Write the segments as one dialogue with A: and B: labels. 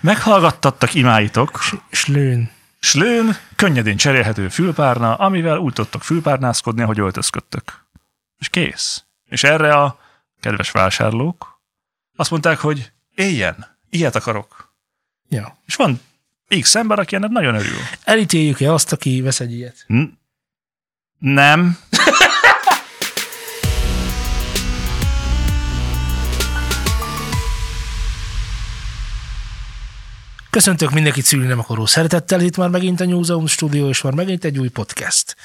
A: Meghallgattattak imáitok,
B: Slőn.
A: slőn, könnyedén cserélhető fülpárna, amivel úgy tudtok fülpárnázkodni, ahogy öltözködtök. És kész. És erre a kedves vásárlók azt mondták, hogy éljen, ilyet akarok.
B: Ja.
A: És van X ember, aki ennek nagyon örül.
B: Elítéljük-e azt, aki vesz egy ilyet?
A: N- nem.
B: Köszöntök mindenkit szülni nem akaró szeretettel, itt már megint a New Zone Studio, és már megint egy új podcast.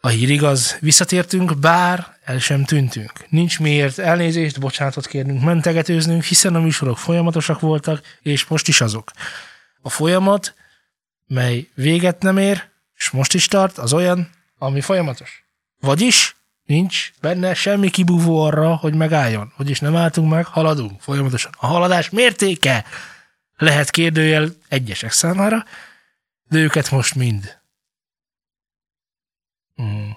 B: A hír igaz, visszatértünk, bár el sem tűntünk. Nincs miért elnézést, bocsánatot kérnünk, mentegetőznünk, hiszen a műsorok folyamatosak voltak, és most is azok. A folyamat, mely véget nem ér, és most is tart, az olyan, ami folyamatos. Vagyis nincs benne semmi kibúvó arra, hogy megálljon. Vagyis nem álltunk meg, haladunk folyamatosan. A haladás mértéke lehet kérdőjel egyesek számára, de őket most mind. Mm.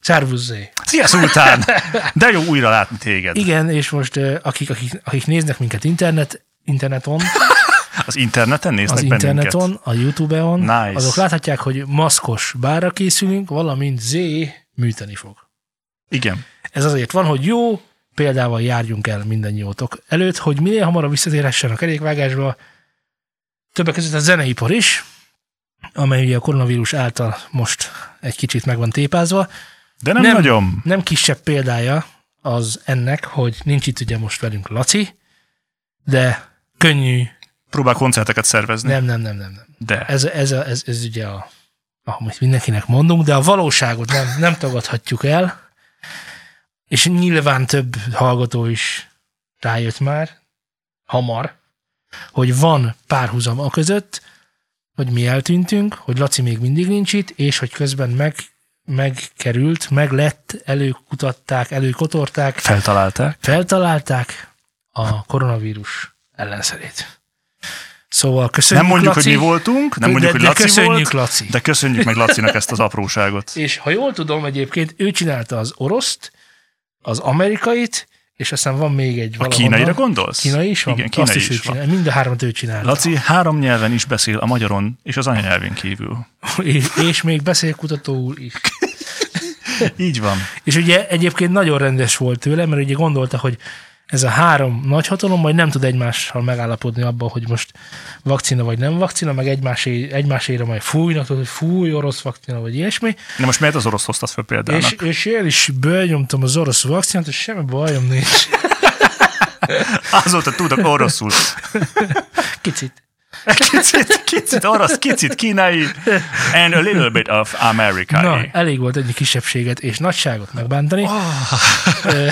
B: Szervuszé!
A: Szia, szultán! De jó újra látni téged.
B: Igen, és most ö, akik, akik, akik néznek minket internet, interneton,
A: Az interneten néznek
B: az
A: bennünket.
B: interneton, a YouTube-on,
A: Nice.
B: azok láthatják, hogy maszkos bárra készülünk, valamint Z műteni fog.
A: Igen.
B: Ez azért van, hogy jó példával járjunk el mindannyiótok előtt, hogy minél hamarabb visszatérhessen a kerékvágásba többek között a zeneipar is, amely ugye a koronavírus által most egy kicsit meg van tépázva.
A: De nem, nem.
B: Nem.
A: nagyon.
B: Nem kisebb példája az ennek, hogy nincs itt ugye most velünk Laci, de könnyű,
A: Próbál koncerteket szervezni.
B: nem, nem, nem, nem, nem.
A: De.
B: Ez, ez, a, ez, ez ugye a, amit mindenkinek mondunk, de a valóságot nem, nem tagadhatjuk el, és nyilván több hallgató is rájött már, hamar, hogy van párhuzam a között, hogy mi eltűntünk, hogy Laci még mindig nincs itt, és hogy közben meg, megkerült, meg lett, előkutatták, előkotorták,
A: Feltalálták.
B: feltalálták a koronavírus ellenszerét. Szóval köszönjük,
A: Nem mondjuk,
B: Laci.
A: hogy mi voltunk, nem mondjuk,
B: de,
A: hogy
B: de
A: Laci
B: köszönjük,
A: volt,
B: Laci.
A: de köszönjük meg Lacinak ezt az apróságot.
B: És ha jól tudom egyébként, ő csinálta az oroszt, az amerikait, és aztán van még egy
A: A
B: valahonnan.
A: kínaira gondolsz?
B: Kínai is van?
A: Igen, kínai
B: Azt is,
A: is,
B: ő
A: van.
B: csinál. Mind a háromat ő csinálta.
A: Laci három nyelven is beszél, a magyaron és az anyanyelvén kívül.
B: És, és még beszélkutatóul is.
A: Így van.
B: És ugye egyébként nagyon rendes volt tőle, mert ugye gondolta, hogy ez a három nagy hatalom majd nem tud egymással megállapodni abban, hogy most vakcina vagy nem vakcina, meg egymásé, egymáséra majd fújnak, tudod, hogy fúj, orosz vakcina vagy ilyesmi.
A: De most miért az orosz hoztad fel
B: És,
A: példának?
B: és én is benyomtam az orosz vakcinát, és semmi bajom nincs.
A: Azóta tudok oroszul.
B: Kicsit.
A: Kicsit, kicsit orosz, kicsit kínai, and a little bit of
B: Na,
A: amerikai.
B: elég volt egy kisebbséget és nagyságot megbántani.
A: Ah.
B: Ö,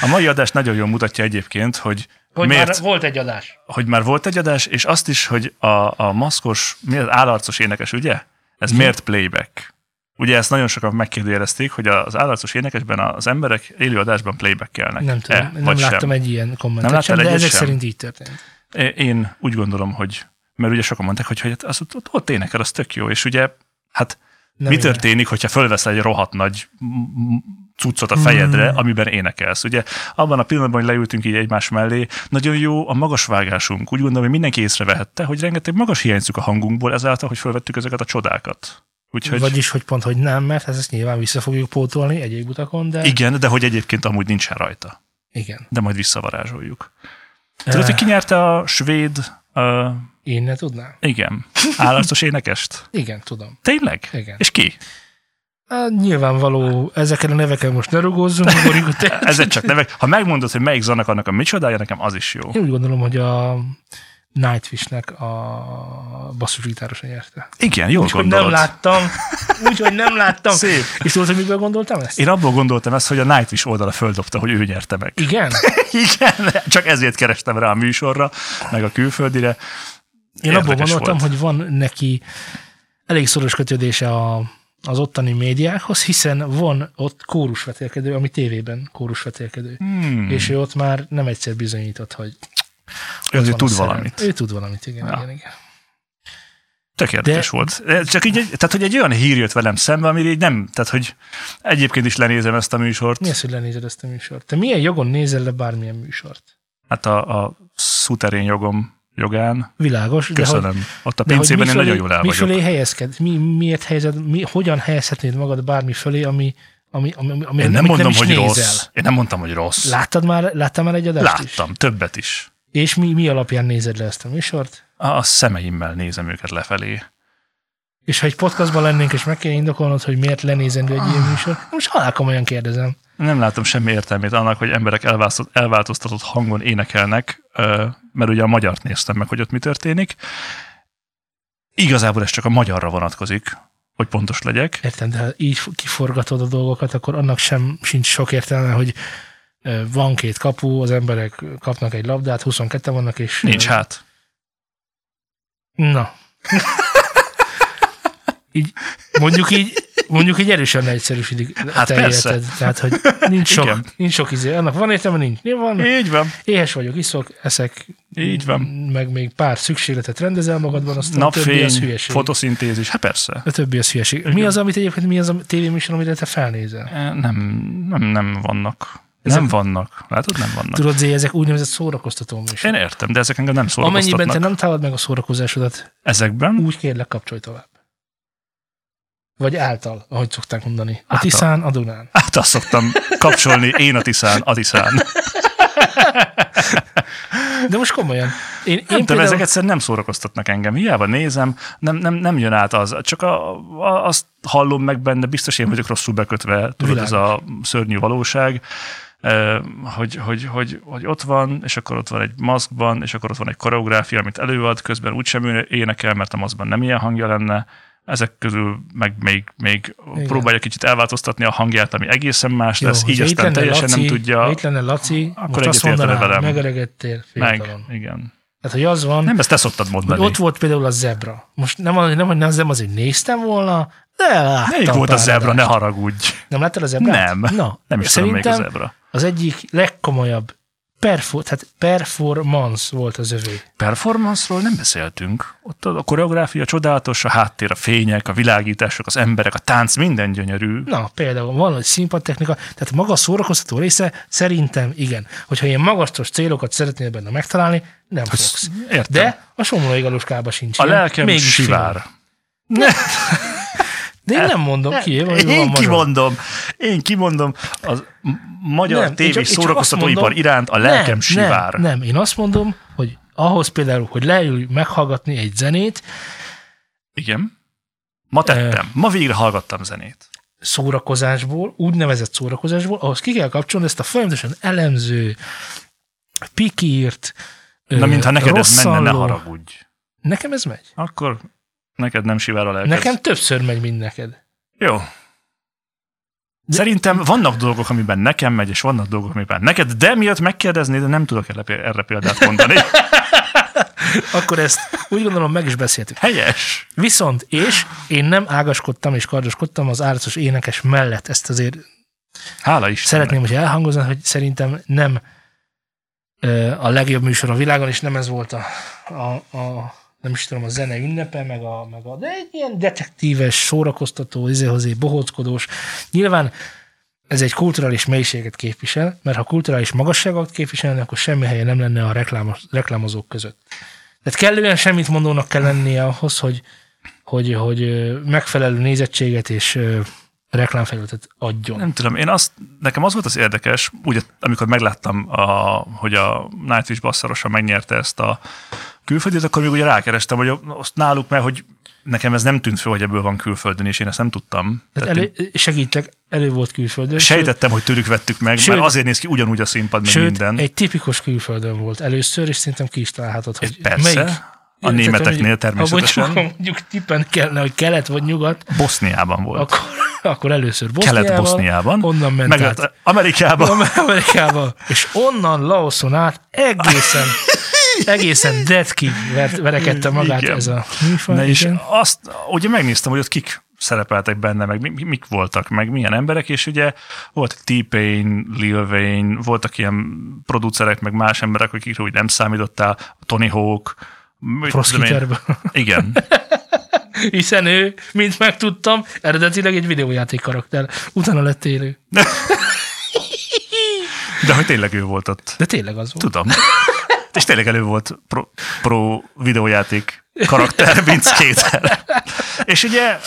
A: A mai adás nagyon jól mutatja egyébként, hogy,
B: hogy
A: miért,
B: már volt egy adás.
A: hogy már volt egy adás, és azt is, hogy a, a maszkos, mi az állarcos énekes, ugye? Ez
B: Mhm.
A: miért playback? Ugye ezt nagyon sokan megkérdőjelezték, hogy az állarcos énekesben az emberek élő adásban playbackelnek.
B: Nem tudom,
A: E,
B: nem
A: vagy
B: láttam
A: sem.
B: egy ilyen
A: Nem
B: kommentet
A: láttál
B: sem, de
A: egyet
B: ezek
A: sem?
B: szerint így történt.
A: É- Én úgy gondolom, hogy mert ugye sokan mondták, hogy, hogy hát az, ott, ott, ott énekel, az tök jó, és ugye hát
B: Nem
A: mi
B: igen.
A: történik, hogyha fölveszel egy rohadt nagy m- m- cuccot a fejedre, amiben énekelsz. Ugye abban a pillanatban, hogy leültünk így egymás mellé, nagyon jó a magas vágásunk. Úgy gondolom, hogy mindenki észrevehette, hogy rengeteg magas hiányzunk a hangunkból ezáltal, hogy fölvettük ezeket a csodákat. Úgyhogy Vagy...
B: Vagyis, hogy pont, hogy nem, mert hát ezt nyilván vissza fogjuk pótolni egyéb utakon, de igen.
A: igen, de hogy egyébként amúgy nincsen rajta.
B: igen.
A: De majd visszavarázsoljuk. Tudod, hogy ki nyerte a svéd, uh,
B: Én ne tudnám.
A: igen, állarcos énekest?
B: Igen, tudom.
A: Tényleg?
B: Igen.
A: És ki?
B: Hát, nyilvánvaló, ezeken a neveken most ne rugózzunk, ugorjunk a te-
A: Ezek csak nevek. Ha megmondod, hogy melyik zanak annak a micsodája, nekem az is jó.
B: Én úgy gondolom, hogy a Nightwish-nek a basszusgitárosa nyerte.
A: Igen, jól
B: Úgyhogy nem
A: gondolod.
B: láttam. Úgyhogy nem láttam.
A: Szép.
B: És tudod, hogy miből gondoltam ezt?
A: Én abból gondoltam ezt, hogy a Nightwish oldala földobta, hogy ő nyerte meg.
B: Igen?
A: Igen, csak ezért kerestem rá a műsorra, meg a külföldire.
B: Én abból
A: Érdekes
B: gondoltam,
A: volt.
B: hogy van neki elég szoros kötődése a, az ottani médiákhoz, hiszen van ott kórusvetélkedő, ami tévében kórusvetélkedő.
A: Hmm,
B: És ő ott már nem egyszer bizonyított, hogy
A: ő azért
B: van a
A: tud
B: szerelem.
A: valamit.
B: Ő tud valamit, igen,
A: Ja.
B: ja. igen, igen.
A: Tök érdekes
B: De-
A: volt. Eh, Csak így, egy- tehát, hogy egy olyan hír jött velem szembe, amire így nem, tehát, hogy egyébként is lenézem ezt a műsort.
B: Mi az, hogy lenézed ezt a műsort? Te milyen jogon nézel le bármilyen műsort?
A: Hát a, a szuterén jogom jogán.
B: Világos. de hogy-
A: Köszönöm. Ott a
B: de hogy
A: pincében én
B: mifölé-
A: nagyon jól el vagyok.
B: Mifölé helyezked? Mi, miért helyzed, mi, hogyan helyezhetnéd magad bármi fölé, ami, ami, ami, ami, ami
A: Én nem mondom,
B: is
A: hogy
B: nézel?
A: rossz. Én nem mondtam, hogy rossz.
B: Láttad már, láttál már egy adást is?
A: Láttam, többet is.
B: És mi, mi alapján nézed le ezt a műsort?
A: A a szemeimmel nézem őket lefelé.
B: És ha egy podcastban lennénk, és meg kell indokolnod, hogy miért lenézendő egy ilyen műsor, most halálkomolyan kérdezem.
A: Nem látom semmi értelmét annak, hogy emberek elváltoz- elváltoztatott hangon énekelnek, ö, mert ugye a magyart néztem meg, hogy ott mi történik. Igazából ez csak a magyarra vonatkozik, hogy pontos legyek.
B: Értem, de ha így kiforgatod a dolgokat, akkor annak sem sincs sok értelme, hogy ö, van két kapu, az emberek kapnak egy labdát, 22 vannak, és...
A: Nincs hát.
B: Na. így, mondjuk így, mondjuk így erősen leegyszerűsítik a
A: Hát
B: te
A: persze.
B: életed. Tehát, hogy nincs sok,
A: Igen.
B: nincs sok izé. Annak van értelme, nincs. Van,
A: Így van.
B: éhes vagyok, iszok, eszek.
A: Így van.
B: Meg még pár szükségletet rendezel magadban, aztán a többi az
A: Napfény,
B: hülyeség. Fotó...
A: fotoszintézis, hát persze.
B: A többi az hülyeség. Mi az, amit egyébként, mi az a tévéműsor, amire te felnézel?
A: E, Nem, nem, nem vannak.
B: Ezek-
A: Nem vannak. Látod, nem vannak.
B: Tudod, Zé, ezek úgynevezett szórakoztató
A: Én
B: műsorok.
A: értem, de ezek engem nem
B: Amennyiben te
A: szórakoztatnak.
B: nem találod meg a szórakozásodat,
A: Ezekben
B: úgy kérlek, kapcsolj tovább. Vagy által, ahogy szokták mondani. A
A: Által.
B: Tiszán, a Dunán.
A: át Hát azt szoktam kapcsolni, én a Tiszán, a Tiszán.
B: De most komolyan. Én, én
A: Nem tudom,
B: például,
A: ezek egyszerűen nem szórakoztatnak engem. Hiába nézem, nem, nem, nem jön át az. Csak a, a, azt hallom meg benne, biztos én vagyok rosszul bekötve, tudod,
B: Világos.
A: ez a szörnyű valóság, eh, hogy, hogy, hogy, hogy ott van, és akkor ott van egy maszkban, és akkor ott van egy koreográfia, amit előad, közben úgysem énekel, mert a maszkban nem ilyen hangja lenne. Ezek közül meg még, még
B: Igen.
A: próbálja kicsit elváltoztatni a hangját, ami egészen más
B: Jó,
A: lesz, így
B: hogyha itt
A: aztán
B: lenne
A: teljesen
B: Laci,
A: nem tudja.
B: Ha itt lenne Laci,
A: Akkor
B: akkor most azt
A: egyetértene
B: mondaná,
A: velem.
B: megöregedtél
A: meg,
B: fiatalon. Meg.
A: igen.
B: Tehát, hogy az van,
A: Nem, ezt te szoktad
B: hogy
A: mondani.
B: ott volt például a zebra. Most nem, az- nem, hogy nem, nem azért néztem volna, de láttam
A: Melyik volt a
B: pár
A: zebra,
B: adást.
A: ne haragudj.
B: Nem láttad a zebrát?
A: Nem.
B: Na,
A: Nem is tudom, melyik
B: szerintem
A: az zebra.
B: az egyik legkomolyabb perfo- tehát performance volt az övé.
A: Performance-ról nem beszéltünk. Ott a a koreográfia csodálatos, a háttér, a fények, a világítások, az emberek, a tánc, minden gyönyörű.
B: Na, például van egy színpadtechnika, tehát maga a szórakoztató része szerintem igen. Hogyha ilyen magasztos célokat szeretnél benne megtalálni, nem fogsz.
A: Értem. De
B: De a somlói galuskába sincs.
A: a
B: ilyen,
A: lelkem
B: mégis
A: sivár.
B: film. De én nem mondom ki, hogy van
A: Én
B: magyar.
A: kimondom, én kimondom, az m- magyar
B: Nem,
A: nem,
B: én csak- én
A: tévés
B: csak azt
A: szórakoztatóipar
B: mondom,
A: iránt a lelkem
B: nem,
A: sivár.
B: Nem, nem, én azt mondom, hogy ahhoz például, hogy leülj meghallgatni egy zenét,
A: Igen. Ma tettem. Ma végre hallgattam zenét.
B: szórakozásból, úgynevezett szórakozásból, ahhoz ki kell kapcsolni ezt a folyamatosan elemző, pikírt,
A: Na,
B: ö,
A: mintha neked ez menne, ne
B: rosszalló-
A: haragudj.
B: Nekem ez megy.
A: Akkor neked nem sivár a lelked.
B: Nekem többször megy, mint neked.
A: Jó. Szerintem vannak dolgok, amiben nekem megy, és vannak dolgok, amiben neked, de miatt megkérdezni, de nem tudok erre- erre példát mondani.
B: Akkor ezt úgy gondolom meg is beszéltük.
A: Helyes.
B: Viszont, és én nem ágaskodtam és kardoskodtam az árcos énekes mellett. Ezt azért
A: Hála Istennek.
B: szeretném, hogy elhangozni, hogy szerintem nem ö, a legjobb műsor a világon, és nem ez volt a, a, a nem is tudom, a zene ünnepe, meg a, meg a de egy ilyen detektíves, szórakoztató, izéhozé, bohóckodós. Nyilván ez egy kulturális mélységet képvisel, mert ha kulturális magasságot képviselne, akkor semmi helye nem lenne a reklámos, reklámozók között. Tehát kellően semmit mondónak kell lennie ahhoz, hogy, hogy, hogy ö, megfelelő nézettséget és ö, reklámfelületet adjon.
A: Nem tudom, én azt, nekem az volt az érdekes, úgy, amikor megláttam, a, hogy a Nightwish basszarosan megnyerte ezt a külföldit, akkor még ugye rákerestem, hogy azt náluk, mert hogy nekem ez nem tűnt fel, hogy ebből van külföldön, és én ezt nem tudtam.
B: Tehát
A: Tehát én
B: elő, segítek, elő volt külföldön.
A: sejtettem, hogy tőlük vettük meg,
B: Sőt-
A: mert azért néz ki ugyanúgy a színpad, meg
B: sőt,
A: minden.
B: egy tipikus külföldön volt először, és szerintem ki is találhatod, hogy
A: Persze,
B: melyik.
A: a németeknél természetesen.
B: Ha mondjuk tippen kellene, hogy kelet vagy nyugat,
A: Boszniában volt.
B: akkor, akkor először Boszniában,
A: Kelet-Boszniában.
B: onnan ment
A: Meg
B: át
A: át Amerikában.
B: Amerikába, és onnan Laoszon át egészen, egészen detki ver- verekedte magát
A: Igen.
B: ez a műfaj.
A: Na és
B: igen.
A: azt, ugye megnéztem, hogy ott kik szerepeltek benne, meg mi- mi- mik voltak, meg milyen emberek, és ugye volt T-Pain, Lil Wayne, voltak ilyen producerek, meg más emberek, akikre úgy nem számítottál, Tony Hawk, mit
B: Prost
A: tudom én.
B: Peterben.
A: Igen.
B: Hiszen ő, mint megtudtam, eredetileg egy videójáték karakter. Utána lett élő.
A: De hogy tényleg ő volt ott.
B: De tényleg az volt.
A: Tudom. És tényleg elő volt pro, pro videójáték karakter Vince Kéter. És ugye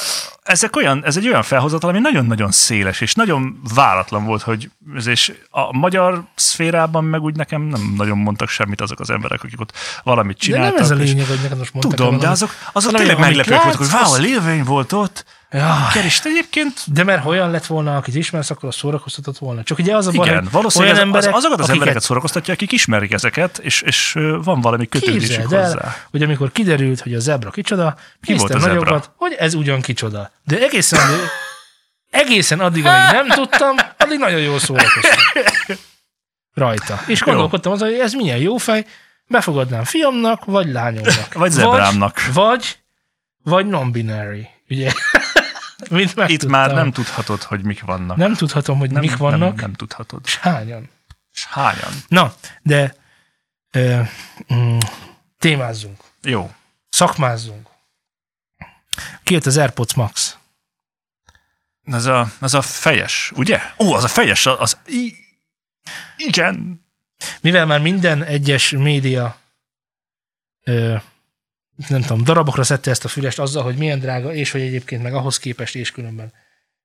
A: ezek olyan, ez egy olyan felhozatal, ami nagyon-nagyon széles, és nagyon váratlan volt, hogy ez és a magyar szférában meg úgy nekem nem nagyon mondtak semmit azok az emberek, akik ott valamit
B: De
A: csináltak.
B: nem ez a
A: és-
B: lényeg, hogy nekem most mondtak
A: Tudom, de azok, azok
B: Valami,
A: tényleg
B: amit
A: meglepők voltak, hogy
B: látsz,
A: váó, a
B: az-
A: lélvény volt ott.
B: Ja.
A: Kerist egyébként
B: De mert olyan lett volna, akit ismersz, akkor az szórakoztatott volna. Csak ugye az a baj,
A: igen,
B: hogy
A: valószínűleg
B: olyan
A: az, az,
B: emberek,
A: azokat az
B: akiket
A: embereket szórakoztatja, akik ismerik ezeket, és, és ö, van valami kötődésük
B: Képzeld el,
A: hozzá.
B: hogy amikor kiderült, hogy a zebra kicsoda, Ki
A: volt
B: néztem
A: a zebra?
B: nagyobbat, hogy ez ugyan kicsoda. De egészen, egészen addig, amíg nem tudtam, addig nagyon jól szórakoztam rajta. És gondolkodtam azon, hogy ez milyen jó fej, befogadnám fiamnak, vagy lányomnak.
A: Vagy zebrámnak.
B: Vagy, vagy, vagy non-binary, ugye? Mint
A: Itt
B: megtudtam.
A: már nem tudhatod, hogy mik vannak.
B: nem tudhatom, hogy
A: nem,
B: mik vannak,
A: Nem, nem tudhatod.
B: és hányan.
A: És hányan?
B: Na, de ö, mm, témázzunk.
A: Jó.
B: Szakmázzunk. Kijött az AirPods Max.
A: Ez a, ez a fejes, ugye? Ó, az a fejes, az... az i, igen.
B: Mivel már minden egyes média ö, nem tudom, darabokra szedte ezt a fülest azzal, hogy milyen drága, és hogy egyébként meg ahhoz képest, és különben.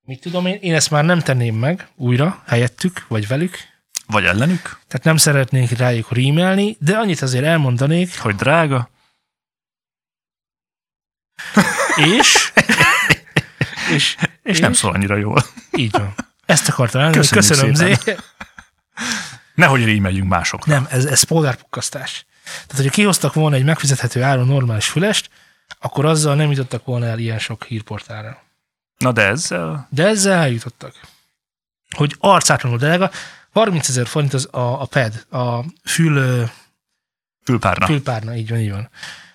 B: Mit tudom én, én ezt már nem tenném meg újra, helyettük, vagy velük.
A: Vagy ellenük,
B: Tehát nem szeretnék rájuk rímelni, de annyit azért elmondanék,
A: hogy drága.
B: és... és,
A: És nem szól annyira jól.
B: Így van. Ezt akartam elmondani.
A: Köszönjük
B: Köszönöm,
A: szépen.
B: Zé.
A: Nehogy rímeljünk másokra.
B: Nem, ez, ez polgárpukkasztás. Tehát, hogyha kihoztak volna egy megfizethető áron normális fülest, akkor azzal nem jutottak volna el ilyen sok hírportára.
A: Na de ezzel...
B: De ezzel eljutottak. Hogy arcátlanul drága, 30 ezer forint az a, a pad, a fül, ö,
A: Fülpárna.
B: fülpárna, így van, így van.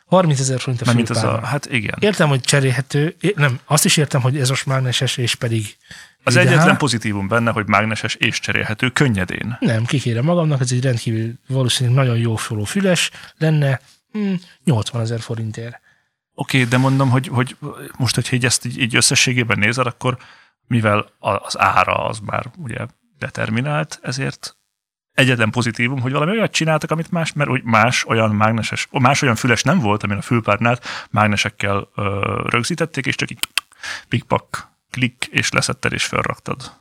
B: 30 ezer forint a
A: Mert mint az
B: fülpárna.
A: a... Hát igen.
B: Értem, hogy cserélhető, é- nem, azt is értem, hogy ez most mágneses, és pedig
A: Az
B: videá.
A: egyetlen pozitívum benne, hogy mágneses és cserélhető könnyedén.
B: Nem, kikérem magamnak, ez egy rendkívül valószínűleg nagyon jó szóló füles lenne, hm, 80 ezer forintért.
A: Oké, de mondom, hogy, hogy most, hogyha így ezt így, így összességében nézed, akkor mivel a- az ára az már ugye determinált, ezért egyetlen pozitívum, hogy valami olyat csináltak, amit más, mert úgy más olyan mágneses, más olyan füles nem volt, amin a fülpárnát mágnesekkel ö, rögzítették, és csak így pikpak, klik, és leszetted, és felraktad.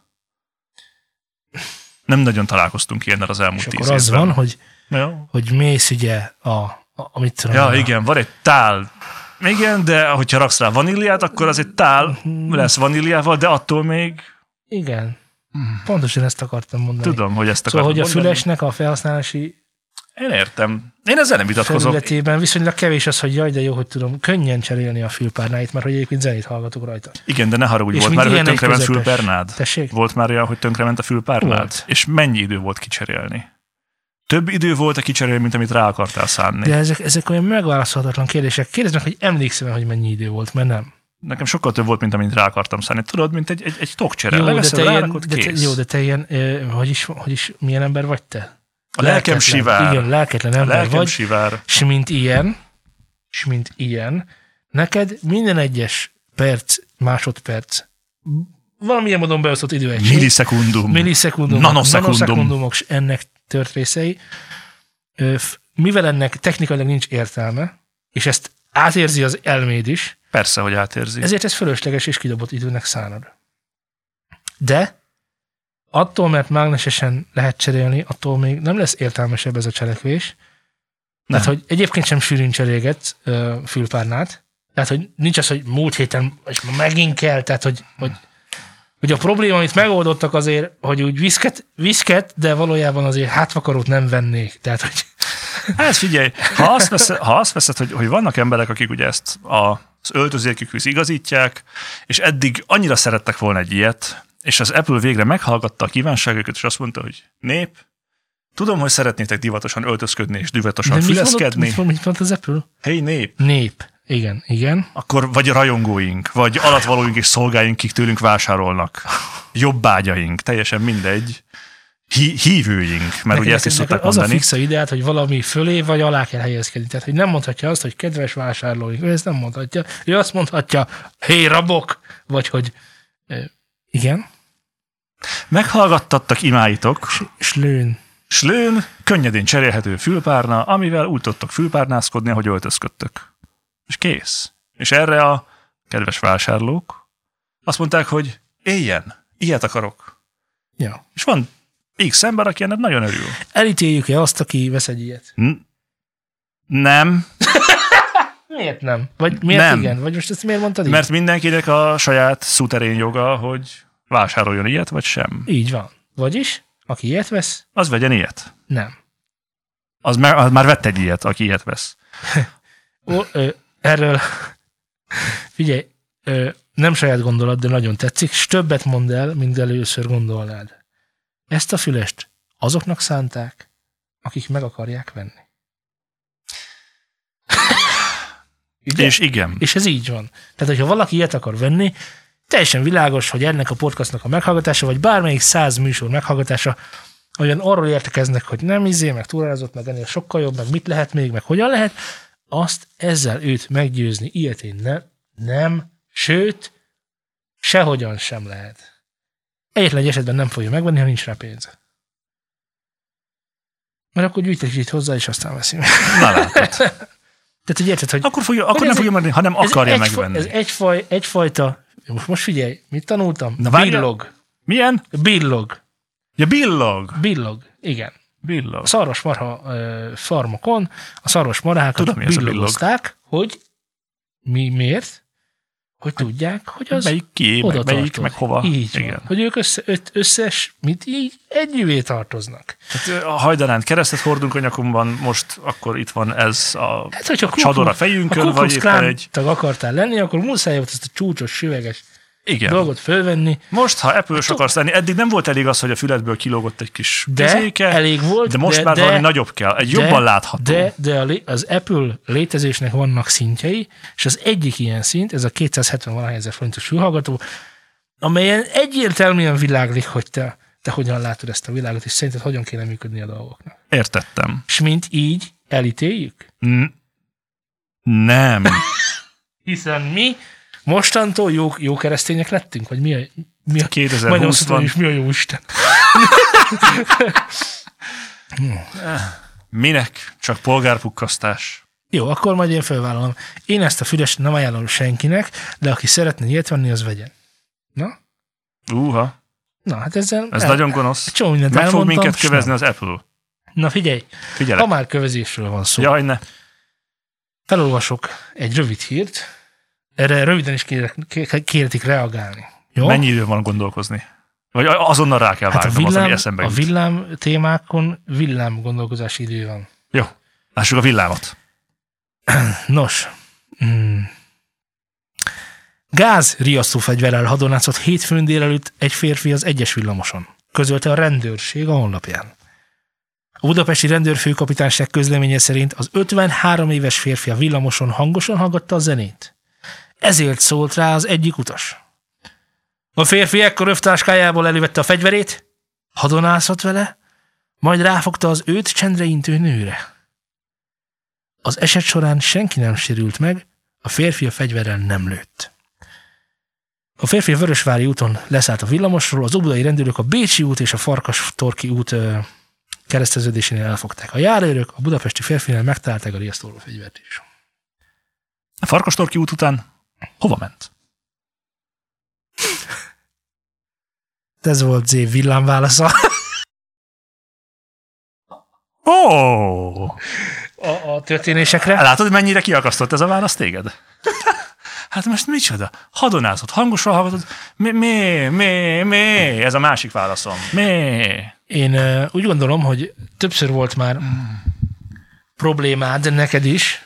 A: Nem nagyon találkoztunk ilyennel az elmúlt
B: És
A: tíz
B: akkor az
A: évben.
B: van, hogy,
A: Jó.
B: hogy mész ugye a, a amit tudom,
A: Ja,
B: a,
A: igen, van egy tál. Igen, de hogyha raksz rá vaníliát, akkor az egy tál lesz vaníliával, de attól még
B: igen. Pontosan ezt akartam mondani.
A: tudom, hogy ezt
B: Szóval,
A: Mhm. akartam
B: hogy a
A: mondani.
B: fülesnek a felhasználási
A: Én értem. Én ezzel nem vitatkozom.
B: felületében viszonylag kevés az, hogy jaj, de jó, hogy tudom könnyen cserélni a fülpárnáit, mert hogy egyébként zenét hallgatok rajta.
A: Igen, de ne haragudj,
B: És
A: volt
B: mint
A: már, hogy
B: ilyen egy
A: tönkrement
B: közepes.
A: fülpernád?
B: Tessék?
A: Volt már olyan, hogy tönkrement a fülpárnád?
B: Volt.
A: És mennyi idő volt kicserélni? Több idő volt a kicserélni, mint amit rá akartál szánni.
B: De ezek, ezek olyan megválaszolhatatlan kérdések. Kérdeznek, hogy emlékszem hogy mennyi idő volt, mert nem.
A: Nekem sokkal több volt, mint amit rá akartam szánni. Tudod, mint egy, egy, egy tokcsere.
B: Jó, de te,
A: Leveszed,
B: ilyen,
A: rárakod,
B: de te,
A: kész.
B: jó, de te ilyen, ö, hogy is, hogy is, milyen ember vagy te?
A: A lelkem
B: Lelketlen.
A: sivár.
B: Igen, lelketlen
A: A
B: ember
A: lelkem
B: vagy,
A: sivár.
B: és mint ilyen, és mint ilyen, neked minden egyes perc, másodperc, valamilyen módon beosztott időegység,
A: Millisekundum.
B: millisekundumok,
A: Nanoszekundum.
B: nanoszekundumok, s ennek tört részei, Ö, f- mivel ennek technikailag nincs értelme, és ezt átérzi az elméd is,
A: Persze, hogy átérzi.
B: Ezért ez fölösleges és kidobott időnek szánod. De attól, mert mágnesesen lehet cserélni, attól még nem lesz értelmesebb ez a cselekvés.
A: Nem.
B: Tehát, hogy egyébként sem sűrűn cserélget ö, fülpárnát. Tehát, hogy nincs az, hogy múlt héten, és ma megint kell, tehát, hogy, hogy, hogy a probléma, amit megoldottak azért, hogy úgy viszket, viszket de valójában azért hátvakarót nem vennék. Tehát, hogy
A: Hát figyelj, ha azt veszed, ha azt veszed hogy, hogy vannak emberek, akik ugye ezt a, az öltözékükhöz igazítják, és eddig annyira szerettek volna egy ilyet, és az Apple végre meghallgatta a kívánságokat, és azt mondta, hogy nép, tudom, hogy szeretnétek divatosan öltözködni és divatosan
B: mit mondott,
A: füleszkedni.
B: mit, mond- mit mondott az Apple?
A: Hey nép,
B: Nép. Igen, igen.
A: akkor vagy rajongóink, vagy alatvalóink és szolgáink, kik tőlünk vásárolnak. Jobbágyaink, teljesen mindegy. Hí- hívőink, mert ugye ezt is
B: Neked-
A: szokták
B: az a
A: mondani.
B: fixa ideát, hogy valami fölé vagy alá kell helyezkedni. Tehát, hogy nem mondhatja azt, hogy kedves vásárlóink. Ő ezt nem mondhatja. Ő azt mondhatja, hé, rabok! Vagy, hogy ö, igen,
A: Meghallgattattak imáitok,
B: slőn.
A: Slőn, könnyedén cserélhető fülpárna, amivel úgy tudtok fülpárnázkodni, hogy öltözködtök. És kész. És erre a kedves vásárlók azt mondták, hogy éljen, ilyet akarok.
B: Ja.
A: És van X ember, aki ennek nagyon örül.
B: Elítéljük-e azt, aki vesz egy ilyet?
A: N- nem,
B: Miért nem? Vagy miért
A: Nem.
B: nem. igen? Vagy most ezt miért mondtad így?
A: mert mindenkinek a saját szuterén joga, hogy vásároljon ilyet, vagy sem.
B: Így van. Vagyis, aki ilyet vesz,
A: Az vegyen ilyet.
B: nem.
A: Az már, az már vett egy ilyet, aki ilyet vesz.
B: Ó, ö, erről figyelj, ö, nem saját gondolat, de nagyon tetszik, és többet mond el, mint először gondolnád. Ezt a fülest azoknak szánták, akik meg akarják venni. Ugye?
A: És igen.
B: És ez így van. Tehát, hogyha valaki ilyet akar venni, teljesen világos, hogy ennek a podcastnak a meghallgatása, vagy bármelyik száz műsor meghallgatása, olyan arról értekeznek, hogy nem izé, meg túlázott, meg ennél sokkal jobb, meg mit lehet még, meg hogyan lehet, azt ezzel őt meggyőzni, ilyet én ne, nem, sőt, sehogyan sem lehet. Egyetlen egy esetben nem fogja megvenni, ha nincs rá pénz. Mert akkor gyűjtek itt hozzá, és aztán veszi meg.
A: Na látod.
B: Tehát, hogy érted, hogy
A: Akkor, fogja, akkor
B: ez
A: nem
B: egy-
A: fogja menni, hanem akarja
B: egy,
A: megvenni.
B: Ez egyfaj, egyfajta, most, most figyelj, mit tanultam?
A: Na, várjál.
B: billog.
A: Milyen?
B: Billog.
A: Ja, billog.
B: Billog. Igen.
A: Billog.
B: A szarvas marha ö, farmokon a szarvas marhákat
A: Tudom, mi ez a billog.
B: billogozták, hogy mi, miért? Hogy tudják, hogy az
A: Hát Melyik ki,
B: oda
A: meg melyik,
B: tartozik.
A: meg hova.
B: Így
A: Igen.
B: Igen. Van. Hogy ők össze, öt, összes, mint így együvé tartoznak.
A: Tehát a hajdanán keresztet hordunk a nyakunkban, most akkor itt van ez a
B: Hát, hogyha Ku-
A: csador a
B: ha
A: fejünkön,
B: Ku
A: vagy
B: Klux
A: éppen
B: Klan
A: egy...
B: tag akartál lenni, akkor muszáj volt ezt a csúcsos, süveges
A: Igen.
B: dolgot fölvenni,
A: Most, ha apple akarsz lenni, eddig nem volt elég az, hogy a füledből kilógott egy kis
B: hát, de
A: kezéke,
B: elég volt.
A: de most
B: de,
A: már
B: de,
A: valami nagyobb kell, egy jobban látható.
B: De, de a lé- az Apple létezésnek vannak szintjei, és az egyik ilyen szint, ez a 270 valahány ezer forintos fülhallgató, amelyen egyértelműen világlik, hogy te, te hogyan látod ezt a világot, és szerinted hogyan kéne működni a dolgoknak.
A: Értettem.
B: És mint így elítéljük?
A: N- nem.
B: Hiszen mi mostantól jó, jó keresztények lettünk, vagy mi a, mi a Majdnem azt
A: 2020
B: mondtam,
A: van.
B: és mi a jó Isten.
A: Minek? Csak polgárpukkasztás.
B: Jó, akkor majd én felvállalom. Én ezt a fülest nem ajánlom senkinek, de aki szeretne ilyet venni, az vegyen. Na?
A: Úha,
B: Na, hát ezzel...
A: ez
B: el-
A: nagyon gonosz.
B: Csomó mindent
A: Meg fog
B: elmondtam,
A: minket
B: s
A: kövezni az Apple.
B: nem. Na figyelj, ha
A: Figyelek.
B: már kövezésről van szó. Ja.
A: Jaj, ne.
B: Felolvasok egy rövid hírt, erre röviden is kérek- ké- kérhetik reagálni. Jó?
A: Mennyi idő van gondolkozni? Vagy azonnal rá kell
B: hát a
A: vágnom az, ami
B: villám,
A: eszembe
B: a
A: jut.
B: villám témákon villám gondolkozási idő van.
A: Jó, lássuk a villámot.
B: Nos, mm. gáz riasztófegyverrel hadonászott hétfőn délelőtt egy férfi az egyes villamoson. Közölte a rendőrség a honlapján. A budapesti rendőrfőkapitányság közleménye szerint az 53 éves férfi a villamoson hangosan hallgatta a zenét. Ezért szólt rá az egyik utas. A férfi ekkor övtáskájából elővette a fegyverét, hadonászott vele, majd ráfogta az őt csendre intő nőre. Az eset során senki nem sérült meg, a férfi a fegyverrel nem lőtt. A férfi a Vörösvári úton leszállt a villamosról, az óbudai rendőrök a Bécsi út és a Farkas-Torki út ö, kereszteződésénél elfogták. A járőrök a budapesti férfinál megtalálták a riasztóló fegyvert is.
A: A Farkastorki út után hova ment?
B: Ez volt Z villámválasza.
A: Ó! Oh!
B: A, a történésekre.
A: Látod, mennyire kiakasztott ez a válasz téged? Hát most micsoda? Hadonázott, hangosan hallgatod. Mi, mi, mi, mi? Ez a másik válaszom. Mi?
B: Én ö, úgy gondolom, hogy többször volt már problémád neked is,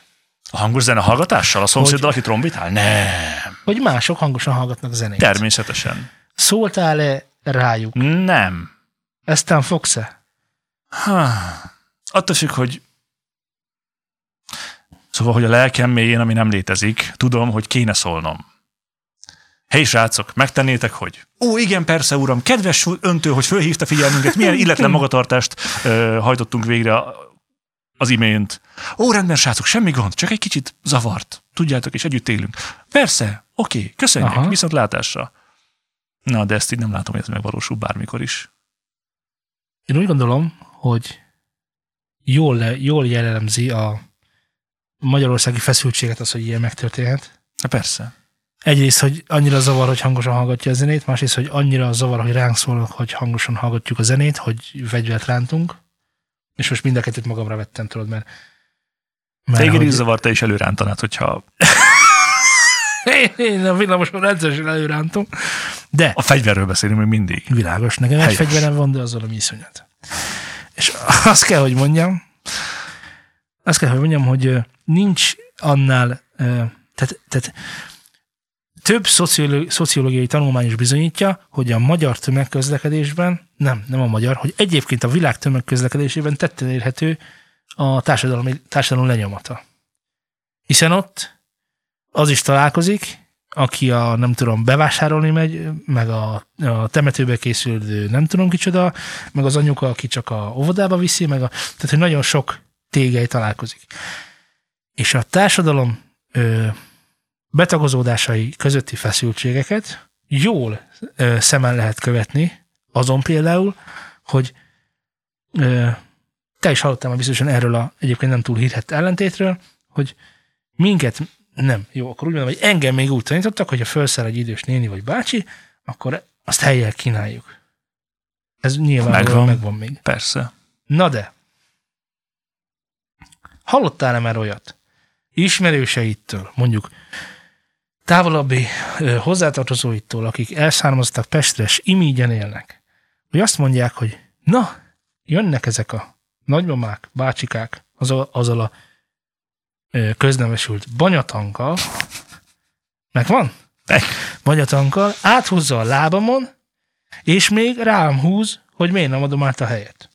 A: A hangos zene hallgatással? A szomszéddal, aki trombitál? Nem.
B: hogy mások hangosan hallgatnak zenét.
A: Természetesen.
B: Szóltál-e rájuk?
A: Nem.
B: Eztán fogsz-e?
A: Há, Attól függ, hogy Szóval, hogy a lelkem mélyén, ami nem létezik, tudom, hogy kéne szólnom. Hé, srácok, megtennétek, hogy? Ó, igen, persze, uram, kedves öntő, hogy fölhívta figyelmünket, milyen illetlen magatartást ö, hajtottunk végre az imént. Ó, rendben, srácok, semmi gond, csak egy kicsit zavart. Tudjátok, és együtt élünk. Persze, oké, köszönjük,
B: Aha.
A: viszont látásra. Na, de ezt így nem látom, hogy ez megvalósul bármikor is.
B: Én úgy gondolom, hogy jól, le, jól jellemzi a magyarországi feszültséget az, hogy ilyen megtörténhet.
A: Na persze.
B: Egyrészt, hogy annyira zavar, hogy hangosan hallgatja a zenét, másrészt, hogy annyira zavar, hogy ránk szólnak, hogy hangosan hallgatjuk a zenét, hogy vegyvert rántunk. És most mind a kettőt magamra vettem, tudod, mert... mert
A: Téged is
B: hogy-
A: zavar, te is előrántanád, hogyha
B: Én- Én a villamoson rendszeresen előrántom. De
A: a fegyverről beszélünk még mindig.
B: világos, nekem egy
A: Helyes.
B: fegyverem van, de az valami iszonyat. És azt kell, hogy mondjam, azt kell, hogy mondjam, hogy ö, nincs annál, ö, tehát, tehát több szociolo- szociológiai tanulmány is bizonyítja, hogy a magyar tömegközlekedésben, nem, nem a magyar, hogy egyébként a világ tömegközlekedésében tetten érhető a társadalom, társadalom lenyomata. Hiszen ott az is találkozik, aki a, nem tudom, bevásárolni megy, meg a, a temetőbe készülő nem tudom kicsoda, meg az anyuka, aki csak a óvodába viszi, meg a, tehát, hogy nagyon sok tégely találkozik. És a társadalom ö, betagozódásai közötti feszültségeket jól ö, szemen lehet követni, azon például, hogy ö, te is hallottál már biztosan erről a egyébként nem túl hírhett ellentétről, hogy minket nem, jó, akkor úgy mondom, hogy engem még úgy tanítottak, hogy ha felszáll egy idős néni vagy bácsi, akkor azt helyjel kínáljuk. Ez nyilván megvan,
A: Megvan.
B: megvan még.
A: Persze.
B: Na de, hallottál-e már olyat ismerőseittől, mondjuk távolabbi ö, hozzátartozóittól, akik elszármaztak Pestre, és imígyen élnek, hogy azt mondják, hogy na, jönnek ezek a nagymamák, bácsikák, azzal, azzal a ö, köznemesült banyatankkal, megvan?
A: Meg.
B: Banyatankkal, áthúzza a lábamon, és még rám húz, hogy miért nem adom át a helyet.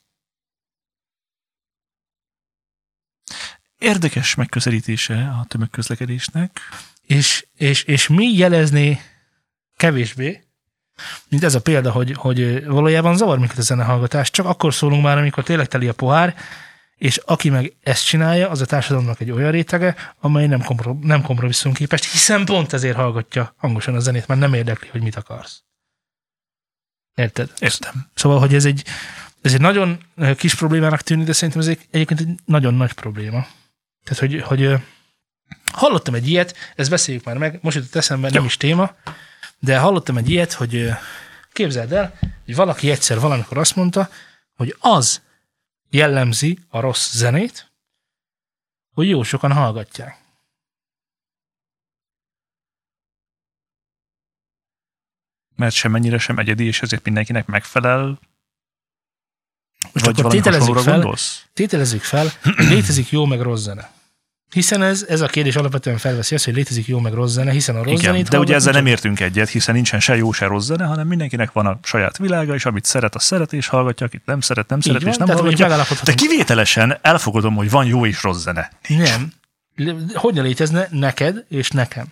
A: Érdekes megközelítése a tömegközlekedésnek.
B: és, és, és mi jelezné kevésbé, mint ez a példa, hogy, hogy ö, valójában zavar minket a zenehallgatás, csak akkor szólunk már, amikor tényleg teli a pohár, és aki meg ezt csinálja, az a társadalomnak egy olyan rétege, amely nem, komprom- nem kompromisszum képes, hiszen pont ezért hallgatja hangosan a zenét, mert nem érdekli, hogy mit akarsz. Érted?
A: Értem.
B: Szóval, hogy ez egy, ez egy nagyon ö, kis problémának tűnik, de szerintem ez egy, egyébként egy nagyon nagy probléma. Tehát, hogy, hogy ö, hallottam egy ilyet, ezt beszéljük már meg, most jutott eszembe, nem
A: Jó.
B: is téma, de hallottam egy ilyet, hogy ö, képzeld el, hogy valaki egyszer valamikor azt mondta, hogy az jellemzi a rossz zenét, hogy jó sokan hallgatják.
A: Mert semmennyire sem egyedi, és ezért mindenkinek megfelel.
B: Most
A: vagy
B: akkor
A: valami
B: tételezzük
A: hasonlóra
B: fel,
A: gondolsz?
B: tételezzük fel, létezik jó meg rossz zene. Hiszen ez, ez a kérdés alapvetően felveszi azt, hogy létezik jó meg rossz zene, hiszen a rossz
A: Igen,
B: zenét
A: de ugye
B: hallgatni
A: ezzel
B: csak-
A: nem értünk egyet, hiszen nincsen se jó, se rossz zene, hanem mindenkinek van a saját világa, és amit szeret, a szeret, és hallgatja, akit nem szeret, nem
B: Így
A: szeret,
B: van,
A: és nem
B: tehát, hogy
A: hallgatja. De
B: megállapodhatunk.
A: kivételesen elfogadom, hogy van jó és rossz zene.
B: Nem. Le- Hogyan létezne neked és nekem?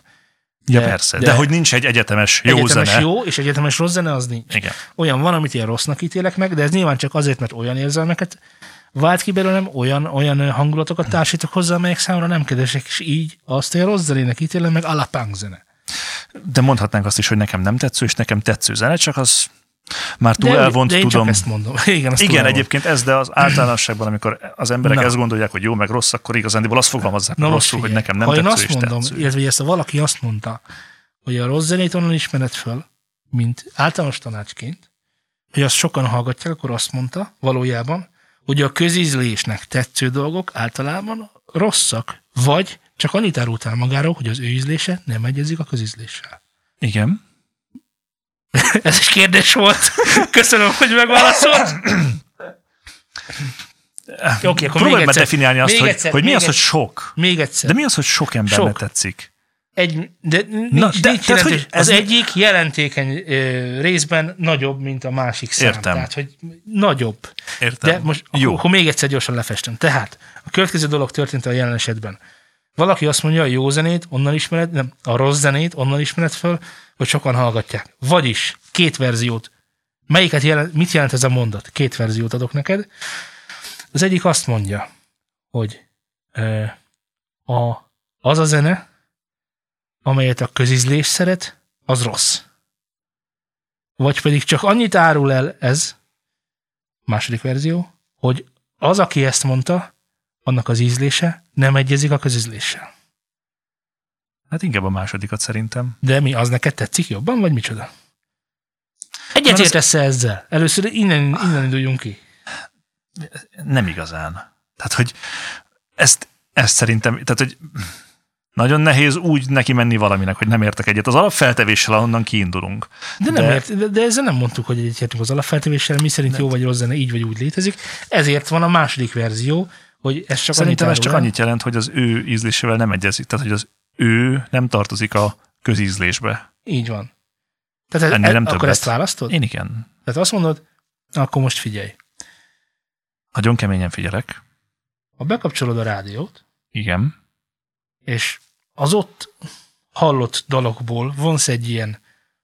A: Ja,
B: De-
A: persze. De,
B: de-
A: de hogy nincs egy egyetemes jó
B: egyetemes
A: zene.
B: jó és egyetemes rossz zene az nincs.
A: Igen.
B: Olyan van, amit én rossznak ítélek meg, de ez nyilván csak azért, mert olyan érzelmeket vált ki belőlem, olyan, olyan ö, hangulatokat társítok hozzá, amelyek számomra nem kedvesek, és így azt én rossz zenének ítélem meg, alapánk zene.
A: De mondhatnánk azt is, hogy nekem nem tetsző, és nekem tetsző zene, csak az már túl
B: de,
A: elvont,
B: de én
A: tudom.
B: csak ezt mondom. Igen, ezt
A: Igen,
B: tudom.
A: egyébként ez, de az általánosságban, amikor az emberek
B: Na.
A: Na. ezt gondolják, hogy jó, meg rossz, akkor igazándiból azt fogalmazzák Na,
B: Na most
A: rosszul,
B: figyelj,
A: hogy nekem nem
B: ha én
A: tetsző
B: azt
A: és
B: mondom,
A: tetsző.
B: illetve hogy ezt a valaki azt mondta, hogy a rossz zenét onnan ismered föl, mint általános tanácsként, hogy azt sokan hallgatják, akkor azt mondta valójában, hogy a közízlésnek tetsző dolgok általában rosszak, vagy csak annyit árult el magáról, hogy az ő ízlése nem egyezik a közízléssel.
A: Igen.
B: Ez is kérdés volt. Köszönöm, hogy megválaszolt. Oké, okay, akkor még
A: Próbálj meg
B: egyszer.
A: definiálni azt,
B: Még
A: hogy,
B: egyszer,
A: hogy mi
B: még
A: az, hogy
B: egyszer.
A: sok.
B: Még egyszer.
A: De mi az, hogy sok embernek
B: Sok.
A: tetszik?
B: Egy, de nincs,
A: Na,
B: de,
A: de-
B: nincs
A: tehát,
B: jelentős.
A: hogy
B: Az
A: ez
B: ez
A: ne-
B: egyik jelentékeny ö, részben nagyobb, mint a másik szám.
A: Értem.
B: Tehát, hogy nagyobb.
A: Értem.
B: De most Jó.
A: Jó.
B: Akkor még egyszer gyorsan lefestem. Tehát a következő dolog történt a jelen esetben. Valaki azt mondja, a jó zenét onnan ismered, nem, a rossz zenét onnan ismered föl, hogy sokan hallgatják. Vagyis két verziót. Melyiket jelent, mit jelent ez a mondat? Két verziót adok neked. Az egyik azt mondja, hogy ö, a, az a zene, amelyet a közizlés szeret, az rossz. Vagy pedig csak annyit árul el ez, második verzió, hogy az, aki ezt mondta, annak az ízlése nem egyezik a közízléssel.
A: Hát inkább a másodikat szerintem.
B: De mi, az neked tetszik jobban, vagy micsoda? Egyetértesz ezzel? Először innen, innen induljunk ki.
A: Nem igazán. Tehát, hogy ezt, ezt szerintem, tehát, hogy nagyon nehéz úgy neki menni valaminek, hogy nem értek egyet. Az alapfeltevéssel ahonnan kiindulunk.
B: De, nem
A: De-
B: de... Ért, de, de ezzel nem mondtuk, hogy egyetértünk az alapfeltevéssel, mi szerint jó vagy rossz zene, így vagy úgy létezik. Ezért van a második verzió, hogy ez csak
A: Szerintem ez
B: annyit
A: csak
B: árul el.
A: annyit jelent, hogy az ő ízlésével nem egyezik. Tehát, hogy az ő nem tartozik a közízlésbe.
B: Így van. Tehát
A: Ennél
B: e,
A: nem
B: akkor
A: többet.
B: ezt választod?
A: Én igen.
B: Tehát azt mondod, na akkor most figyelj.
A: Nagyon keményen figyelek.
B: Ha bekapcsolod a rádiót,
A: Igen.
B: és az ott hallott dalokból vonsz egy ilyen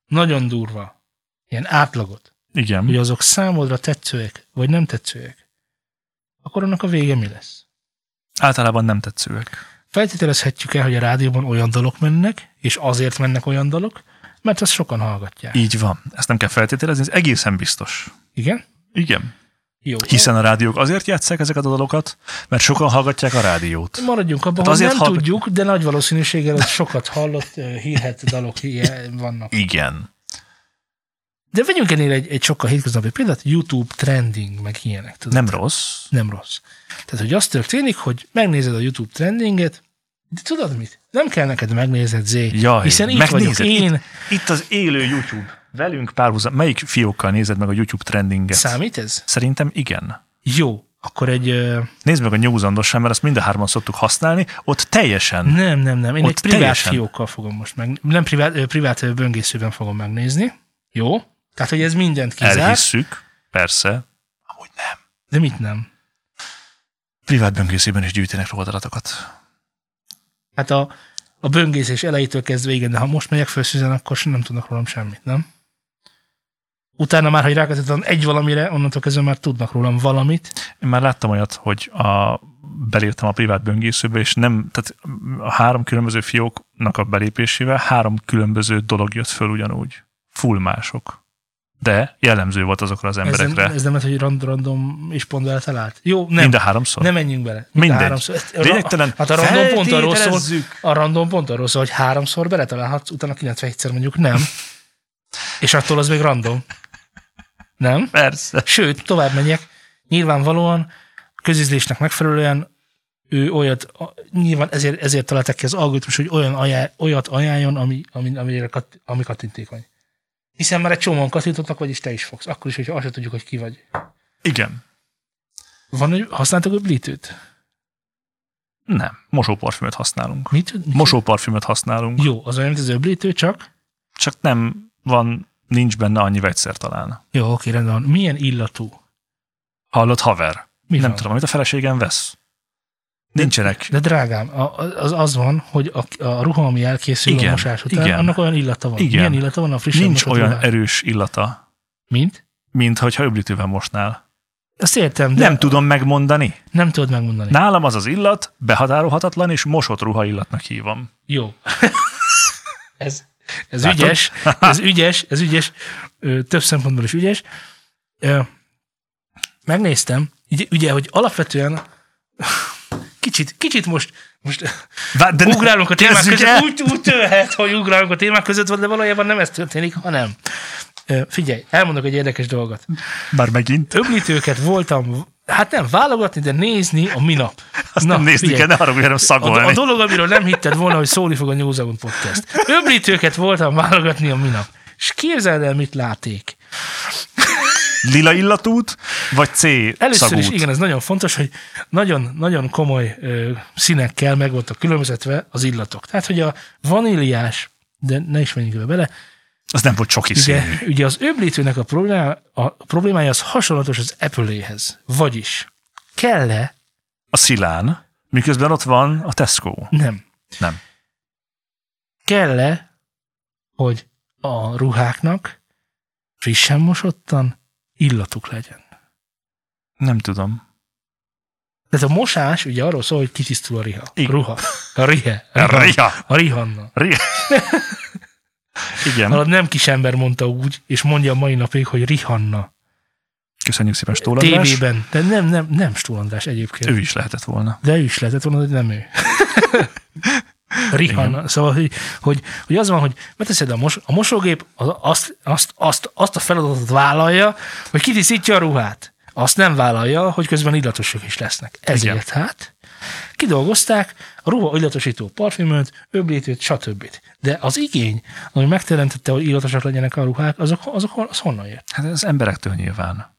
B: nagyon durva, ilyen átlagot,
A: Igen.
B: hogy azok számodra tetszőek, vagy nem tetszőek, akkor annak a vége mi lesz?
A: Általában nem tetszőek.
B: Feltételezhetjük el, hogy a rádióban olyan dalok mennek, és azért mennek olyan dalok, mert azt sokan hallgatják.
A: Így van. Ezt nem kell feltételezni, ez egészen biztos.
B: Igen?
A: Igen.
B: Jó.
A: Hiszen a rádiók azért játszák ezeket a dalokat, mert sokan hallgatják a rádiót.
B: Maradjunk abban,
A: Hát
B: hogy
A: azért
B: nem
A: hallgat-
B: tudjuk, de nagy valószínűséggel ott sokat hallott, ö, hírhet dalok ilyen vannak.
A: Igen.
B: De vegyünk ennél egy, egy sokkal hétköznapi példát, YouTube trending, meg ilyenek. Tudod?
A: Nem rossz.
B: Nem rossz. Tehát, hogy az történik, hogy megnézed a YouTube trendinget, de tudod mit? Nem kell neked megnézned, Zé.
A: Jaj,
B: hiszen itt vagyok
A: megnézed.
B: én.
A: Itt az élő YouTube. Velünk párhuzam. Melyik fiókkal nézed meg a YouTube trendinget?
B: Számít ez?
A: Szerintem igen.
B: Jó. Akkor egy... ö,
A: Nézd meg a nyúzandossán, mert azt mind a hárman szoktuk használni, ott teljesen.
B: Nem, nem, nem. Én
A: Ott
B: egy privát
A: teljesen.
B: fiókkal fogom most meg... Nem, privát, ö, privát ö, böngészőben fogom megnézni. Jó? Tehát, hogy ez mindent kizár,
A: Elhisszük, persze. Amúgy nem.
B: de mit nem?
A: Privát böngészében is gyűjtenek róla adatokat.
B: Hát a, a böngészés elejétől kezdve igen, de ha most megyek föl Susan, akkor sem nem tudnak rólam semmit, nem? Utána már, hogy rákatítottam egy valamire, onnantól kezdve már tudnak rólam valamit.
A: Én már láttam olyat, hogy a, beléptem a privát böngészőbe, és nem, tehát a három különböző fióknak a belépésével három különböző dolog jött föl ugyanúgy. Full mások. De jellemző volt azokra az
B: Ez nem,
A: emberekre.
B: ez nem, lett, hogy rand- random és pont eltalált. Jó, nem.
A: Mind a háromszor.
B: Nem menjünk bele. Mind a
A: Mindegy.
B: háromszor. Ezt- ra-
A: Lényegtelen.
B: Hát a random pont arról szól,
A: Feltételezzük.
B: a random pont arról szól, hogy háromszor beletalálhatsz, utána 97-szer mondjuk nem. És attól az még random. Nem?
A: Persze.
B: Sőt, tovább megyek. Nyilvánvalóan közizlésnek megfelelően ő olyat, a- nyilván ezért, ezért találták ki az algoritmus, hogy olyan ajánl, olyat ajánljon, ami, ami, amire kat, ami kattintékony. Hiszen már egy csomóan kattintottak, vagyis te is fogsz. Akkor is, hogyha azt se tudjuk, hogy ki vagy.
A: Igen.
B: Van, hogy használtak a blítőt?
A: Nem. Mosóparfümöt használunk.
B: Mit? Mit?
A: Mosóparfümöt használunk.
B: Jó, az olyan, mint az öblítő, csak...
A: Csak nem van, nincs benne annyi vegyszer talán.
B: Jó, oké, rendben van. Milyen illatú?
A: Hallott haver?
B: Mi
A: nem
B: van?
A: tudom, amit a feleségem vesz. Nincsenek.
B: De drágám, a- az, az van, hogy a, a ruha, ami elkészül igen,
A: Igen,
B: a mosás után, igen,
A: igen.
B: annak olyan illata van.
A: Igen.
B: Milyen illata van a frissen
A: Nincs
B: mosott
A: olyan
B: ruhán?
A: erős illata,
B: Mint?
A: mint hogyha öblítővel mosnál.
B: Azt értem, de
A: Nem
B: nem,
A: tudom megmondani.
B: nem tudod megmondani. Na.
A: Nálam az az illat behatárolhatatlan és mosott ruha illatnak hívom.
B: Jó. ez ez
A: Látod?
B: ügyes, ez ügyes, ez ügyes, ö, több szempontból is ügyes. Ö, megnéztem, ugye, ugye, hogy alapvetően kicsit, kicsit most, most
A: Vá- De ne-
B: ugrálunk a témák
A: kezdjük
B: között,
A: el!
B: úgy, úgy tőhet, hogy ugrálunk a témák között, de valójában nem ez történik, hanem Ö, figyelj, elmondok egy érdekes dolgot.
A: Már megint.
B: Öblítőket voltam, hát nem válogatni, de nézni a minap.
A: Azt nem nézni
B: figyelj,
A: kell, ne haragudj, hanem
B: a, a
A: szagolni.
B: dolog, amiről nem hitted volna, hogy szólni fog a New Zealand Podcast. Öblítőket voltam válogatni a minap. És képzeld el, mit láték.
A: Lila illatút, vagy C
B: Először
A: szagút?
B: is, igen, ez nagyon fontos, hogy nagyon, nagyon komoly ö, színekkel meg voltak különbözetve az illatok. Tehát, hogy a vaníliás, de ne is menjünk ebbe bele,
A: Az nem volt csoki
B: Ugye,
A: színű.
B: ugye az öblítőnek a, problémá, a problémája az hasonlatos az Apple-éhez. Vagyis kell-e?
A: A szilán, miközben ott van a Tesco.
B: Nem.
A: Nem.
B: Kell-e, hogy a ruháknak frissen mosottan illatuk legyen?
A: Nem tudom.
B: Tehát a mosás ugye arról szól, hogy kitisztul a riha.
A: Igen.
B: ruha. A rihe.
A: Ria. Ria.
B: A rihanna.
A: Igen.
B: Alatt nem kis ember mondta úgy, és mondja a mai napig, hogy rihanna.
A: Köszönjük szépen Stól András.
B: TV-ben. De nem, nem, nem Stól András egyébként.
A: Ő is lehetett volna.
B: De ő is lehetett volna, hogy nem ő. Rihanna. Szóval, hogy, hogy, hogy az van, hogy beteszed a, mos, a mosógép, az, azt, azt, azt, azt a feladatot vállalja, hogy kitisztítja a ruhát. Azt nem vállalja, hogy közben illatosok is lesznek. Ezért
A: Igen.
B: hát kidolgozták a ruha illatosító parfümöt, öblítőt, stb. De az igény, ami megteremtette, hogy illatosak legyenek a ruhák, azok, azok hon- az honnan jött?
A: Hát ez emberektől nyilván.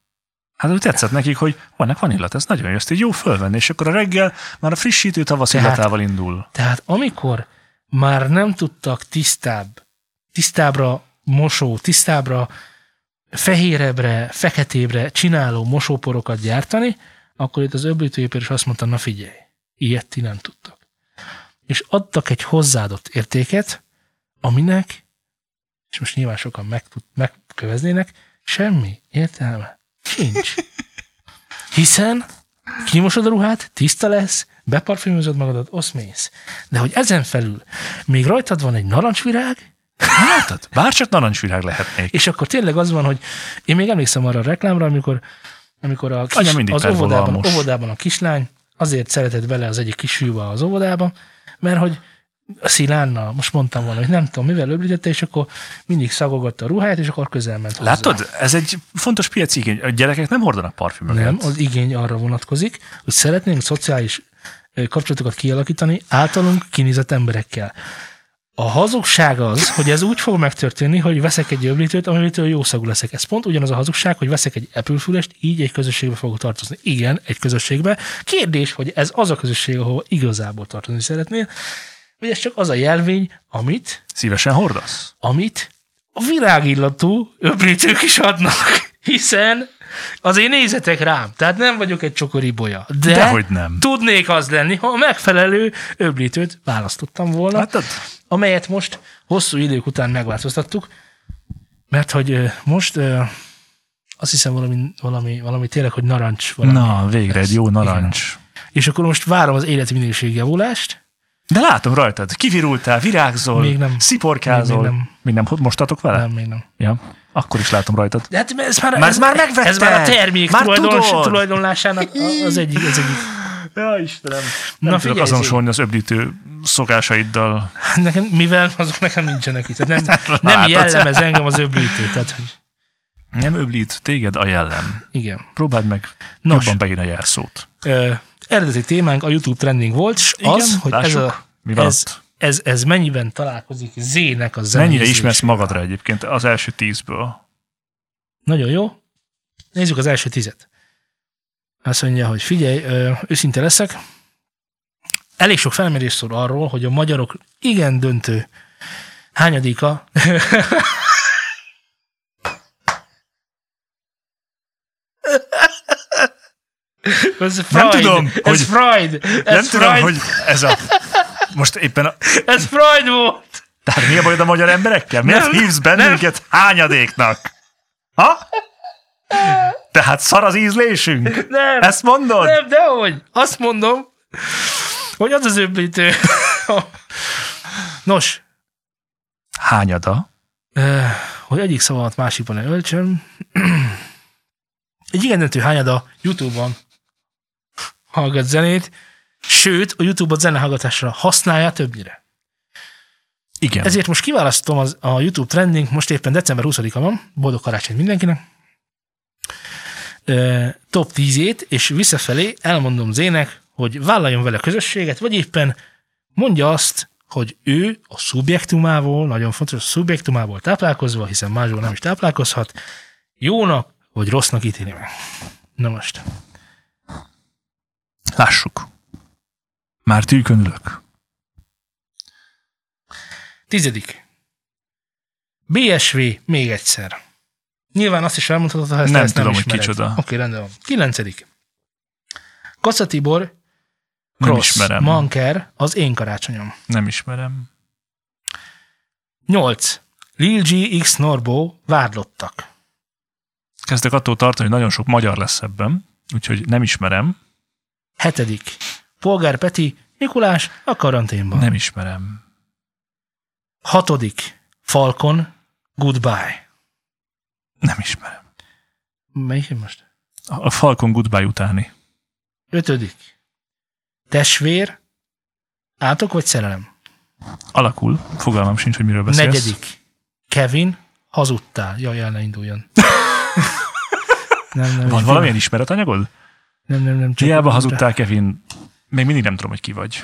A: Hát úgy tetszett nekik, hogy vannak van illat, ez nagyon jó, ezt így jó fölvenni, és akkor a reggel már a frissítő tavasz
B: Tehát-
A: illatával indul.
B: Tehát amikor már nem tudtak tisztább, tisztábbra mosó, tisztábbra fehérebbre, feketébre csináló mosóporokat gyártani, akkor itt az öblítőipar is azt mondta, na figyelj, ilyet ti nem tudtak. És adtak egy hozzáadott értéket, aminek, és most nyilván sokan meg, megköveznének, semmi értelme nincs. Hiszen kimosod a ruhát, tiszta lesz, beparfümözöd magadat, osz mész. De hogy ezen felül még rajtad van egy narancsvirág,
A: Látod? Bárcsak narancsvirág lehetnék.
B: és akkor tényleg az van, hogy én még emlékszem arra a reklámra, amikor, amikor a kis,
A: Anya mindig
B: az
A: pervolal
B: óvodában,
A: most.
B: óvodában a kislány azért szeretett bele az egyik kis fiúba az óvodába, mert hogy a Szilánnal, most mondtam volna, hogy nem tudom, mivel öblítette, és akkor mindig szagogatta a ruháját, és akkor közel ment hozzá.
A: Látod? Ez egy fontos piaci igény. A gyerekek nem hordanak parfümöket.
B: Nem, az igény arra vonatkozik, hogy szeretnénk szociális ö, kapcsolatokat kialakítani általunk kinézett emberekkel. A hazugság az, hogy ez úgy fog megtörténni, hogy veszek egy öblítőt, amitől jó szagú leszek. Ez pont ugyanaz a hazugság, hogy veszek egy epülfülest, így egy közösségbe fogok tartozni. Igen, egy közösségbe. Kérdés, hogy ez az a közösség, ahol igazából tartozni szeretnél, vagy ez csak az a jelvény, amit
A: Szívesen hordasz?
B: amit a világillatú öblítők is adnak, hiszen azért nézzetek rám, tehát nem vagyok egy csokori bolya, de
A: Dehogy nem.
B: tudnék az lenni, ha a megfelelő öblítőt választottam volna, hát,
A: Látod?
B: amelyet most hosszú idők után megváltoztattuk, mert hogy ö, most ö, azt hiszem valami, valami, valami tényleg, hogy narancs valami.
A: Na, végre egy jó narancs.
B: És akkor most várom az életminőség javulást,
A: De látom rajtad, kivirultál, virágzol,
B: Még nem.
A: sziporkázol.
B: Még- még nem.
A: Még nem ho- mostatok vele?
B: nem, még nem.
A: Ja. Akkor is látom rajtad.
B: De hát ez már,
A: Már- már megvetted!
B: ez már a termék
A: Már
B: tulajdons,
A: tudod!
B: tulajdonlásának a- az egyik. Az egyik.
A: Ja, Istenem.
B: Na
A: Nem Na,
B: figyelj,
A: tudok azonosulni az öblítő szokásaiddal.
B: Nekem, mivel azok nekem nincsenek itt. Tehát nem, nem
A: Hát, látod.
B: jellemez engem az öblítő. Tehát, hogy
A: Nem öblít, téged a jellem.
B: igen.
A: Próbáld meg
B: Nos.
A: Nos. jobban beírni a jelszót.
B: Ö, eredeti témánk a YouTube trending volt, és
A: Igen,
B: az, hogy ez,
A: lássuk.
B: a,
A: Mi van
B: ez,
A: ott?
B: ez, ez mennyiben találkozik Z-nek a zenézés.
A: Mennyire ismersz magadra egyébként az első tízből?
B: Nagyon jó. Nézzük az első tizet. Azt mondja, hogy figyelj, ö, őszinte leszek. Elég sok felmérés szól arról, hogy a magyarok igen döntő hányadika Ez Freud.
A: tudom,
B: ez
A: hogy-
B: Freud. Ez
A: Ez Nem
B: Freud.
A: tudom, hogy ez a... Most éppen a...
B: Ez Freud volt.
A: Tehát mi a bajod a magyar emberekkel? Miért
B: Nem,
A: hívsz bennünket hányadéknak? Ha? Tehát szar az ízlésünk?
B: Nem.
A: Ezt mondod?
B: Nem, dehogy. Azt mondom, hogy az az öblítő. Nos,
A: Hányada?
B: ö, hogy egyik szavamat másikban ne öltsöm. Egy igen döntő hányada YouTube-on hallgat zenét, sőt, a YouTube-ot zenehallgatásra használja többnyire.
A: Igen.
B: Ezért most kiválasztom az, a YouTube trending, most éppen december 20-a van, boldog karácsonyt mindenkinek. Ö, top 10-ét, és visszafelé elmondom Zének, hogy vállaljon vele közösséget, vagy éppen mondja azt, hogy ő a szubjektumával, nagyon fontos, a szubjektumából táplálkozva, hiszen másból nem is táplálkozhat, jónak vagy rossznak ítéli meg. Na most.
A: Lássuk. Már tűkön ülök.
B: Tizedik. BSV még egyszer. Nyilván azt is elmondhatod, ha ezt
A: Nem
B: ezt
A: tudom,
B: nem
A: hogy
B: ismered.
A: kicsoda.
B: Oké, rendben van. Kilencedik. Kassa Tibor,
A: Nem
B: Cross,
A: ismerem.
B: Manker, az én karácsonyom.
A: Nem ismerem.
B: Nyolc. Lil G, X Norbo, vádlottak.
A: Kezdek attól tartani, hogy nagyon sok magyar lesz ebben, úgyhogy nem ismerem.
B: Hetedik. Polgár Peti, Mikulás a karanténban.
A: Nem ismerem.
B: Hatodik. Falcon, Goodbye.
A: Nem ismerem.
B: Melyik jön most?
A: a Falcon Goodbye utáni.
B: Ötödik. Testvér, átok vagy szerelem?
A: Alakul, fogalmam sincs, hogy miről beszélsz.
B: Negyedik. Kevin, hazudtál. Jaj, el ne induljon. nem,
A: Van
B: nem, nem,
A: valamilyen ismeretanyagod?
B: Nem, nem, nem. csak-
A: Hiába hazudtál, Kevin. Még mindig nem tudom, hogy ki vagy.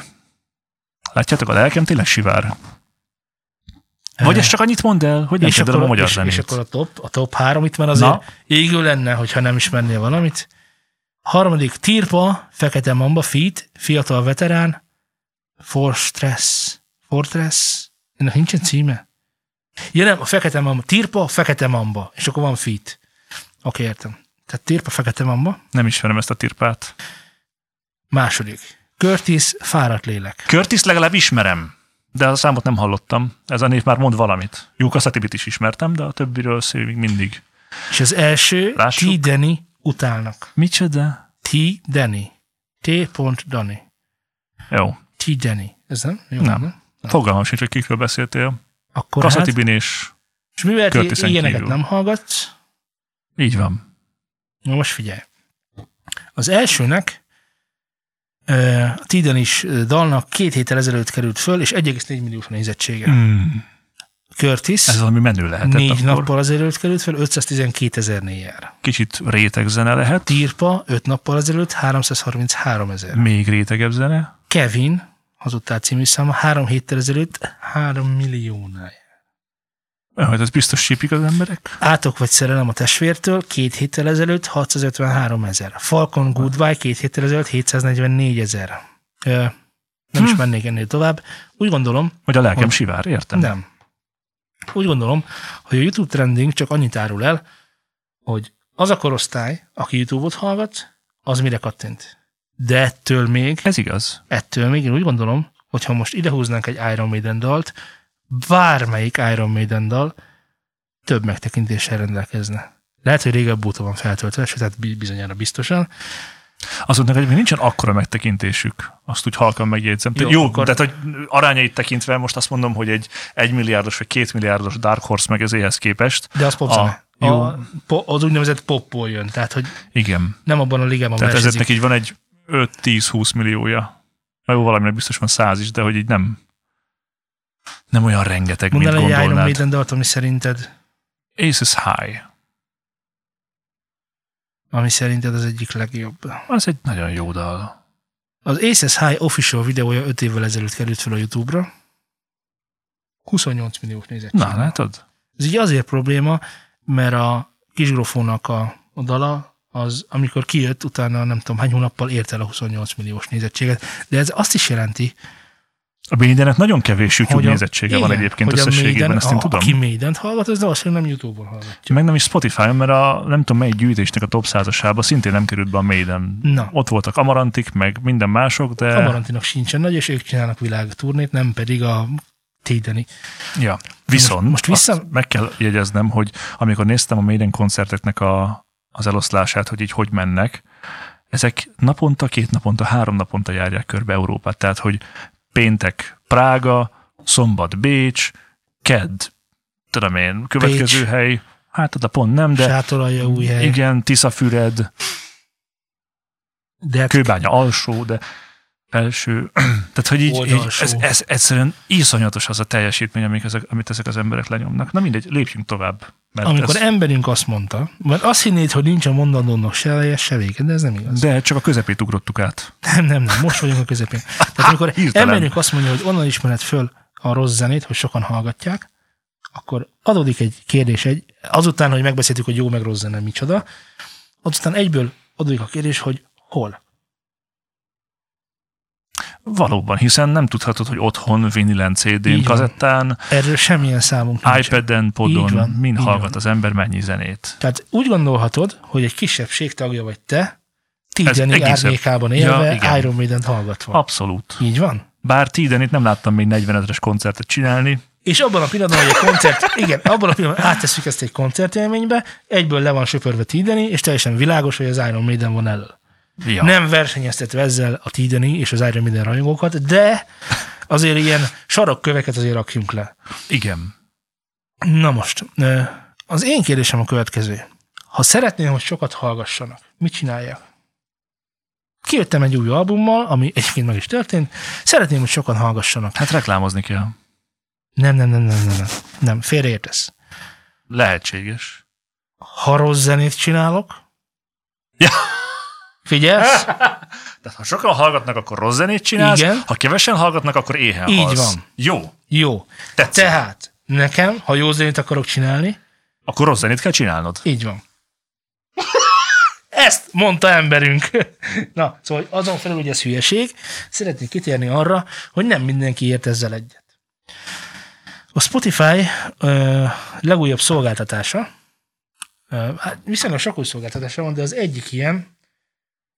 A: Látjátok, a lelkem tényleg sivár. Vagy
B: Eh,
A: ez csak annyit mond el, hogy nem
B: és
A: tudod
B: akkor,
A: a magyar
B: és, és
A: zenét.
B: akkor a top, a top három itt már azért
A: Na.
B: Na. égő lenne, hogyha nem ismernél valamit. Harmadik, Tirpa, Fekete Mamba, Feet, Fiatal Veterán, Fortress. Fortress? Ennek nincsen címe? Ja nem, a Fekete Mamba. Tirpa, Fekete Mamba. És akkor van Feet. Oké, értem. Tehát Tirpa, Fekete Mamba.
A: Nem ismerem ezt a tirpát.
B: Második. Curtis, Fáradt Lélek.
A: Curtis legalább ismerem, de a számot nem hallottam. Ez a név már mond valamit. Júka Szatibit is ismertem, de a többiről szól még mindig.
B: És az első,
A: Lássuk.
B: T. Denny utálnak.
A: Micsoda?
B: T. Denny. T. pont Dani.
A: Jó,
B: T. Denny. Ez nem? Jó,
A: Nem. fogalmam sincs, hogy kikről beszéltél.
B: Akkor hát,
A: Kaszatibin és
B: és mivel ti
A: Curtisen
B: ilyeneket
A: kívül.
B: nem hallgatsz,
A: így van.
B: na most figyelj. Az elsőnek ö, a Tiden is ö, dalnak két héttel ezelőtt került föl, és 1,4 milliós nézettsége.
A: Mm,
B: Curtis
A: ez valami menő lehetett
B: négy
A: akkor.
B: nappal ezelőtt került föl, 512 ezer négyel.
A: Kicsit réteg zene lehet,
B: Tirpa 5 nappal ezelőtt 333 ezer.
A: még rétegebb zene.
B: Kevin, hazudtál című száma, három héttel ezelőtt 3 milliónál.
A: Jó, Hát ez biztos sípik az emberek.
B: Átok vagy szerelem a testvértől, két héttel ezelőtt 653 ezer. Falcon Goodbye két héttel ezelőtt 744 ezer. Ö, Nem is
A: Hm.
B: mennék ennél tovább. Úgy gondolom,
A: Vagy a lelkem
B: Hogy-
A: sivár, értem?
B: nem. Úgy gondolom, hogy a YouTube trending csak annyit árul el, hogy az a korosztály, aki YouTube-ot hallgat, az mire kattint. De ettől még,
A: Ez igaz.
B: ettől még én úgy gondolom, hogy ha most idehúznánk egy Iron Maiden dalt, bármelyik Iron Maiden dal több megtekintéssel rendelkezne. Lehet, hogy régebb óta van feltöltve, sőt, tehát bi- bizonyára biztosan.
A: Azoknak egyébként nincsen akkora megtekintésük, azt úgy halkan megjegyzem. Jó,
B: Jó,
A: Jó
B: akkor-
A: tehát hogy arányait tekintve most azt mondom, hogy egy egymilliárdos vagy kétmilliárdos Dark Horse meg ezéhez képest.
B: De az popzene.
A: A-
B: A,
A: jó.
B: a, po, az úgynevezett popból jön, tehát hogy
A: Igen.
B: nem abban a ligában
A: Tehát
B: versenyzik.
A: ezeknek így van egy 5-10-20 milliója. Na jó, valaminek biztos van 100 is, de hogy így nem nem olyan rengeteg,
B: Mondd
A: mint
B: el egy Iron
A: gondolnád.
B: Maiden dalt, ami szerinted,
A: Aces High.
B: ami szerinted az egyik legjobb.
A: Az egy nagyon jó dal.
B: Az Aces High official videója 5 évvel ezelőtt került fel a YouTube-ra. 28 millió nézettség.
A: Na, látod?
B: Ez így azért probléma, mert a kisgrofónak a, a dala, az, amikor kijött, utána nem tudom hány hónappal ért el a 28 milliós nézettséget. De ez azt is jelenti,
A: A Bénidenek nagyon kevés YouTube
B: hogy a,
A: nézettsége van egyébként
B: hogy a
A: összességében,
B: Maiden-
A: ezt én
B: a-
A: tudom.
B: Aki Maiden-t hallgat, az valószínűleg nem YouTube-on hallgat.
A: Meg nem is Spotify-on, mert a nem tudom melyik gyűjtésnek a top 100 szintén nem került be a Maiden.
B: Na.
A: Ott voltak Amarantik, meg minden mások, de...
B: Amarantinak sincsen nagy, és ők csinálnak világturnét, nem pedig a Tédeni.
A: Ja. Viszont
B: Most- most vissza-
A: azt meg kell jegyeznem, hogy amikor néztem a Maiden koncerteknek a, az eloszlását, hogy így hogy mennek, ezek naponta, két naponta, három naponta járják körbe Európát. Tehát, hogy péntek Prága, szombat Bécs, kedd, tudom én, következő
B: Pécs.
A: hely, hát oda pont nem, de
B: Sátoralja új hely.
A: igen, Tiszafüred,
B: De hát
A: Hát, kőbánya alsó, de felső. Tehát, hogy így, így
B: Oldalsó.
A: ez, ez, egyszerűen iszonyatos az a teljesítmény, amik ezek, amit ezek az emberek lenyomnak. Na mindegy, lépjünk tovább. Mert
B: amikor
A: ez,
B: emberünk azt mondta, mert azt hinnéd, hogy nincs a mondandónak se eleje, se vége, de ez nem igaz.
A: de csak a közepét ugrottuk át.
B: Nem, nem, nem, most vagyunk a közepén. Tehát amikor
A: Hirtelen.
B: emberünk azt mondja, hogy onnan ismered föl a rossz zenét, hogy sokan hallgatják, akkor adódik egy kérdés, egy, azután, hogy megbeszéltük, hogy jó meg rossz zene micsoda, azután egyből adódik a kérdés, hogy hol.
A: Valóban, hiszen nem tudhatod, hogy otthon, vinilen, CD-n,
B: Így van.
A: kazettán,
B: Erről semmilyen számunk nincs.
A: iPad-en,
B: Így
A: podon,
B: van,
A: mind
B: így
A: hallgat
B: van.
A: az ember mennyi zenét.
B: Tehát úgy gondolhatod, hogy egy kisebbség tagja vagy te,
A: Ez
B: Tígyeni
A: egészen-
B: árnyékában
A: Ja,
B: élve,
A: igen.
B: ja, Iron Maiden hallgatva.
A: Abszolút.
B: Így van?
A: Bár Tiden itt nem láttam még 40 ezeres koncertet csinálni.
B: És abban a pillanatban, hogy a koncert, igen, abban a pillanatban áttesszük ezt egy koncertélménybe, egyből le van söpörve Tideni, és teljesen világos, hogy az Iron Maiden van elől.
A: Ja.
B: Nem versenyeztetve ezzel a Tideni és az Iron Maiden rajongókat, de azért ilyen sarokköveket azért rakjunk le.
A: Igen.
B: Na most, ö, az én kérdésem a következő. Ha szeretném, hogy sokat hallgassanak, mit csinálják? Kijöttem egy új albummal, ami egyébként meg is történt. Szeretném, hogy sokan hallgassanak.
A: Hát reklámozni kell.
B: Nem, nem, nem, nem, nem, nem. nem félreértesz.
A: Lehetséges.
B: Ha rossz zenét csinálok,
A: Ja.
B: figyelsz?
A: Tehát ha sokan hallgatnak, akkor rossz zenét csinálsz,
B: Igen.
A: ha kevesen hallgatnak, akkor éhen
B: Így
A: halsz.
B: van.
A: Jó,
B: Jó.
A: tetszik. Te...
B: Tehát nekem, ha jó zenét akarok csinálni,
A: Akkor rossz zenét kell csinálnod.
B: Így van. Ezt mondta emberünk. Na, szóval hogy azon felül, hogy ez hülyeség, szeretnék kitérni arra, hogy nem mindenki ért ezzel egyet. A Spotify ö, legújabb szolgáltatása, ö, hát viszonylag sok új szolgáltatása van, de az egyik ilyen,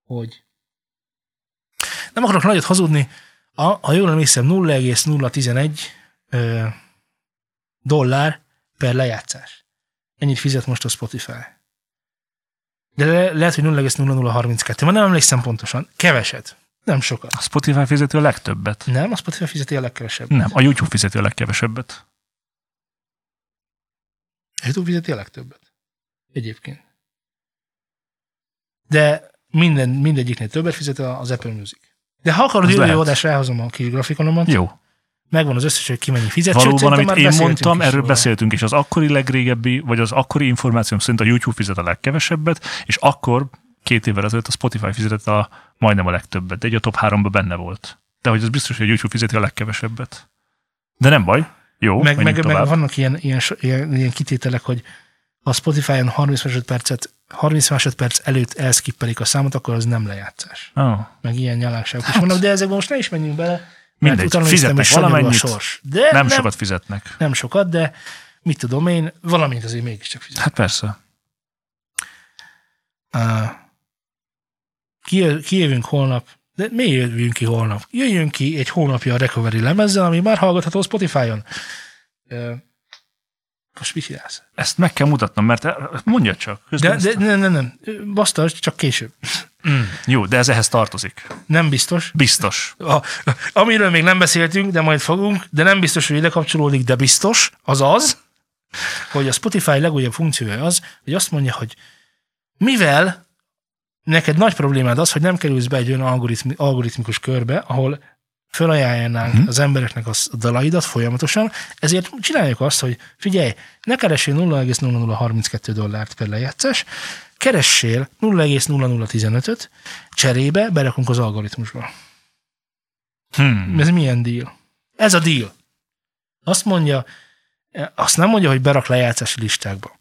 B: hogy nem akarok nagyot hazudni, a, ha jól emlékszem, 0,011 ö, dollár per lejátszás. Ennyit fizet most a Spotify. De le- lehet, hogy 0,0032. Már nem emlékszem pontosan. Keveset. Nem sokat.
A: A Spotify fizeti a legtöbbet.
B: Nem, a Spotify fizeti a legkevesebb.
A: Nem, a YouTube fizeti a legkevesebbet.
B: A YouTube fizeti a legtöbbet. Egyébként. De minden, mindegyiknél többet fizet a- az Apple Music. De ha akarod,
A: Az
B: jövő
A: lehet.
B: adásra elhozom a kis grafikonomat.
A: Jó.
B: Megvan az összes, hogy ki mennyi fizet. Sőt,
A: Valóban,
B: szerintem
A: amit
B: már
A: én
B: beszéltünk
A: mondtam,
B: is
A: erről
B: róla.
A: beszéltünk is. Az akkori legrégebbi, vagy az akkori információm szerint a YouTube fizet a legkevesebbet, és akkor két évvel ezelőtt a Spotify fizetett a majdnem a legtöbbet, de egy a top háromba benne volt. De hogy az biztos, hogy a YouTube fizeti a legkevesebbet. De nem baj. Jó,
B: meg, meg, meg
A: tovább.
B: vannak ilyen, ilyen, so- ilyen, ilyen kitételek, hogy ha a Spotify-on 30 másodpercet 30 másodperc előtt elskippelik a számot, akkor az nem lejátszás.
A: Ah,
B: Meg ilyen nyalánságok is vannak, de ezekben most ne is menjünk bele, mert
A: Hát- Mindegy,
B: utána néztem, hogy
A: fizetnek
B: sanyarú a
A: valamennyit.
B: sors. De
A: nem, nem sokat fizetnek.
B: nem sokat, de mit tudom én, valamint azért mégiscsak fizet.
A: Hát persze.
B: Uh, ki, kijövünk holnap, de mi jövünk ki holnap? Jöjjön ki egy hónapja a Recovery lemezzel, ami már hallgatható Spotify-on. Uh, most mit csinálsz?
A: Ezt meg kell mutatnom, mert mondja csak.
B: De,
A: Közben
B: de nem, nem, nem. Basztas, csak később.
A: Mm, jó, de ez ehhez tartozik.
B: Nem biztos.
A: Biztos.
B: A, amiről még nem beszéltünk, de majd fogunk, de nem biztos, hogy ide kapcsolódik, de biztos, az az, hogy a Spotify legújabb funkciója az, hogy azt mondja, hogy mivel neked nagy problémád az, hogy nem kerülsz be egy olyan algoritmi, algoritmikus körbe, ahol felajánlanánk hmm. az embereknek a sz- a dalaidat folyamatosan, ezért csináljuk azt, hogy figyelj, ne keresél 0,0032 dollárt per lejátszás, keressél 0,0015-öt, cserébe berakunk az algoritmusba.
A: Hmm.
B: Mm. Ez milyen deal? Ez a deal. Azt mondja, azt nem mondja, hogy berak lejátszási listákba.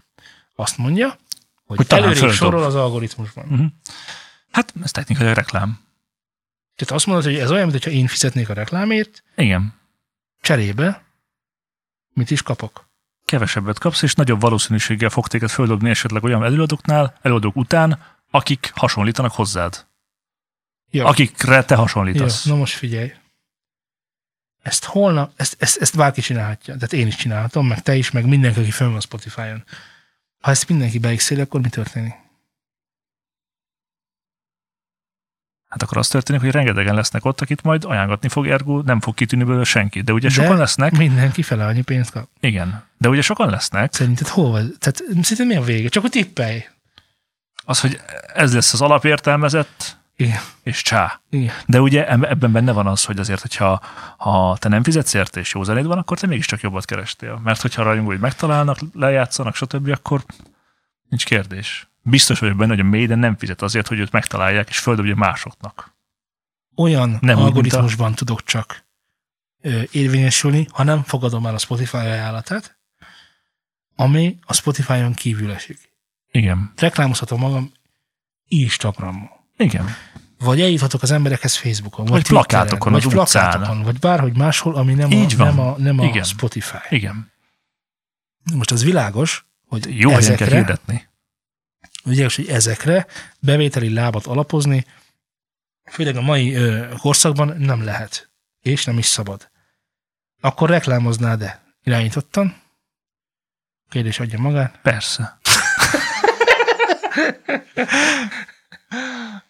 B: Azt mondja, hogy,
A: Hogy
B: hogy
A: talán
B: előrébb
A: földob.
B: sorol az algoritmusban.
A: Hát ez technikai reklám.
B: Tehát azt mondod, hogy ez olyan, mintha én fizetnék a reklámért,
A: Igen.
B: cserébe mit is kapok.
A: kevesebbet kapsz, és nagyobb valószínűséggel fog téged földobni esetleg olyan előadóknál, előadók után, akik hasonlítanak hozzád.
B: Ja.
A: Akikre te
B: Jó,
A: hasonlítasz.
B: na most figyelj. Ezt holnap, ezt, ezt, ezt bárki csinálhatja. Tehát én is csinálhatom, meg te is, meg mindenki, aki fönn van Spotify-on. Ha ezt mindenki beixéli, akkor mi történik?
A: Hát akkor az történik, hogy rengetegen lesznek ott, akit majd ajánlatni fog, ergo nem fog kitűnni belőle senki. De ugye
B: De-
A: sokan lesznek,
B: Mindenki fele annyi pénzt kap.
A: igen, de ugye sokan lesznek,
B: Szerinted hol van? Tehát szerinted mi a vége? Csak hogy tippelj.
A: az, hogy ez lesz az alapértelmezett,
B: Igen.
A: és csá.
B: Igen.
A: De ugye eb- ebben benne van az, hogy azért, hogyha ha te nem fizetsz érte, és jó zenéd van, akkor te mégiscsak jobbat kerestél. Mert hogyha rajongóid megtalálnak, lejátszanak, stb., akkor nincs kérdés. Biztos vagyok benne, hogy a Maiden nem fizet azért, hogy őt megtalálják, és földobja másoknak.
B: Olyan
A: mint
B: nem
A: a-
B: algoritmusban tudok csak ö, érvényesülni, ha nem fogadom el a Spotify ajánlatát, ami a Spotify-on kívül esik.
A: Igen.
B: Reklámozhatom magam Instagramon.
A: Igen.
B: Vagy eljuthatok az emberekhez Facebookon, vagy,
A: Vagy
B: Twitteren,
A: plakátokon
B: vagy
A: az utcán.
B: plakátokon, vagy bárhogy máshol, ami nem
A: Így
B: a,
A: van.
B: nem a, nem a
A: Igen.
B: Spotify.
A: Igen.
B: Most az világos, hogy
A: Jó helyen kell
B: ezekre,
A: hirdetni.
B: Ugye, hogy ezekre bevételi lábat alapozni, főleg a mai ö, korszakban nem lehet, és nem is szabad. Akkor reklámoznád de irányítottan? Kérdés adja magát.
A: Persze.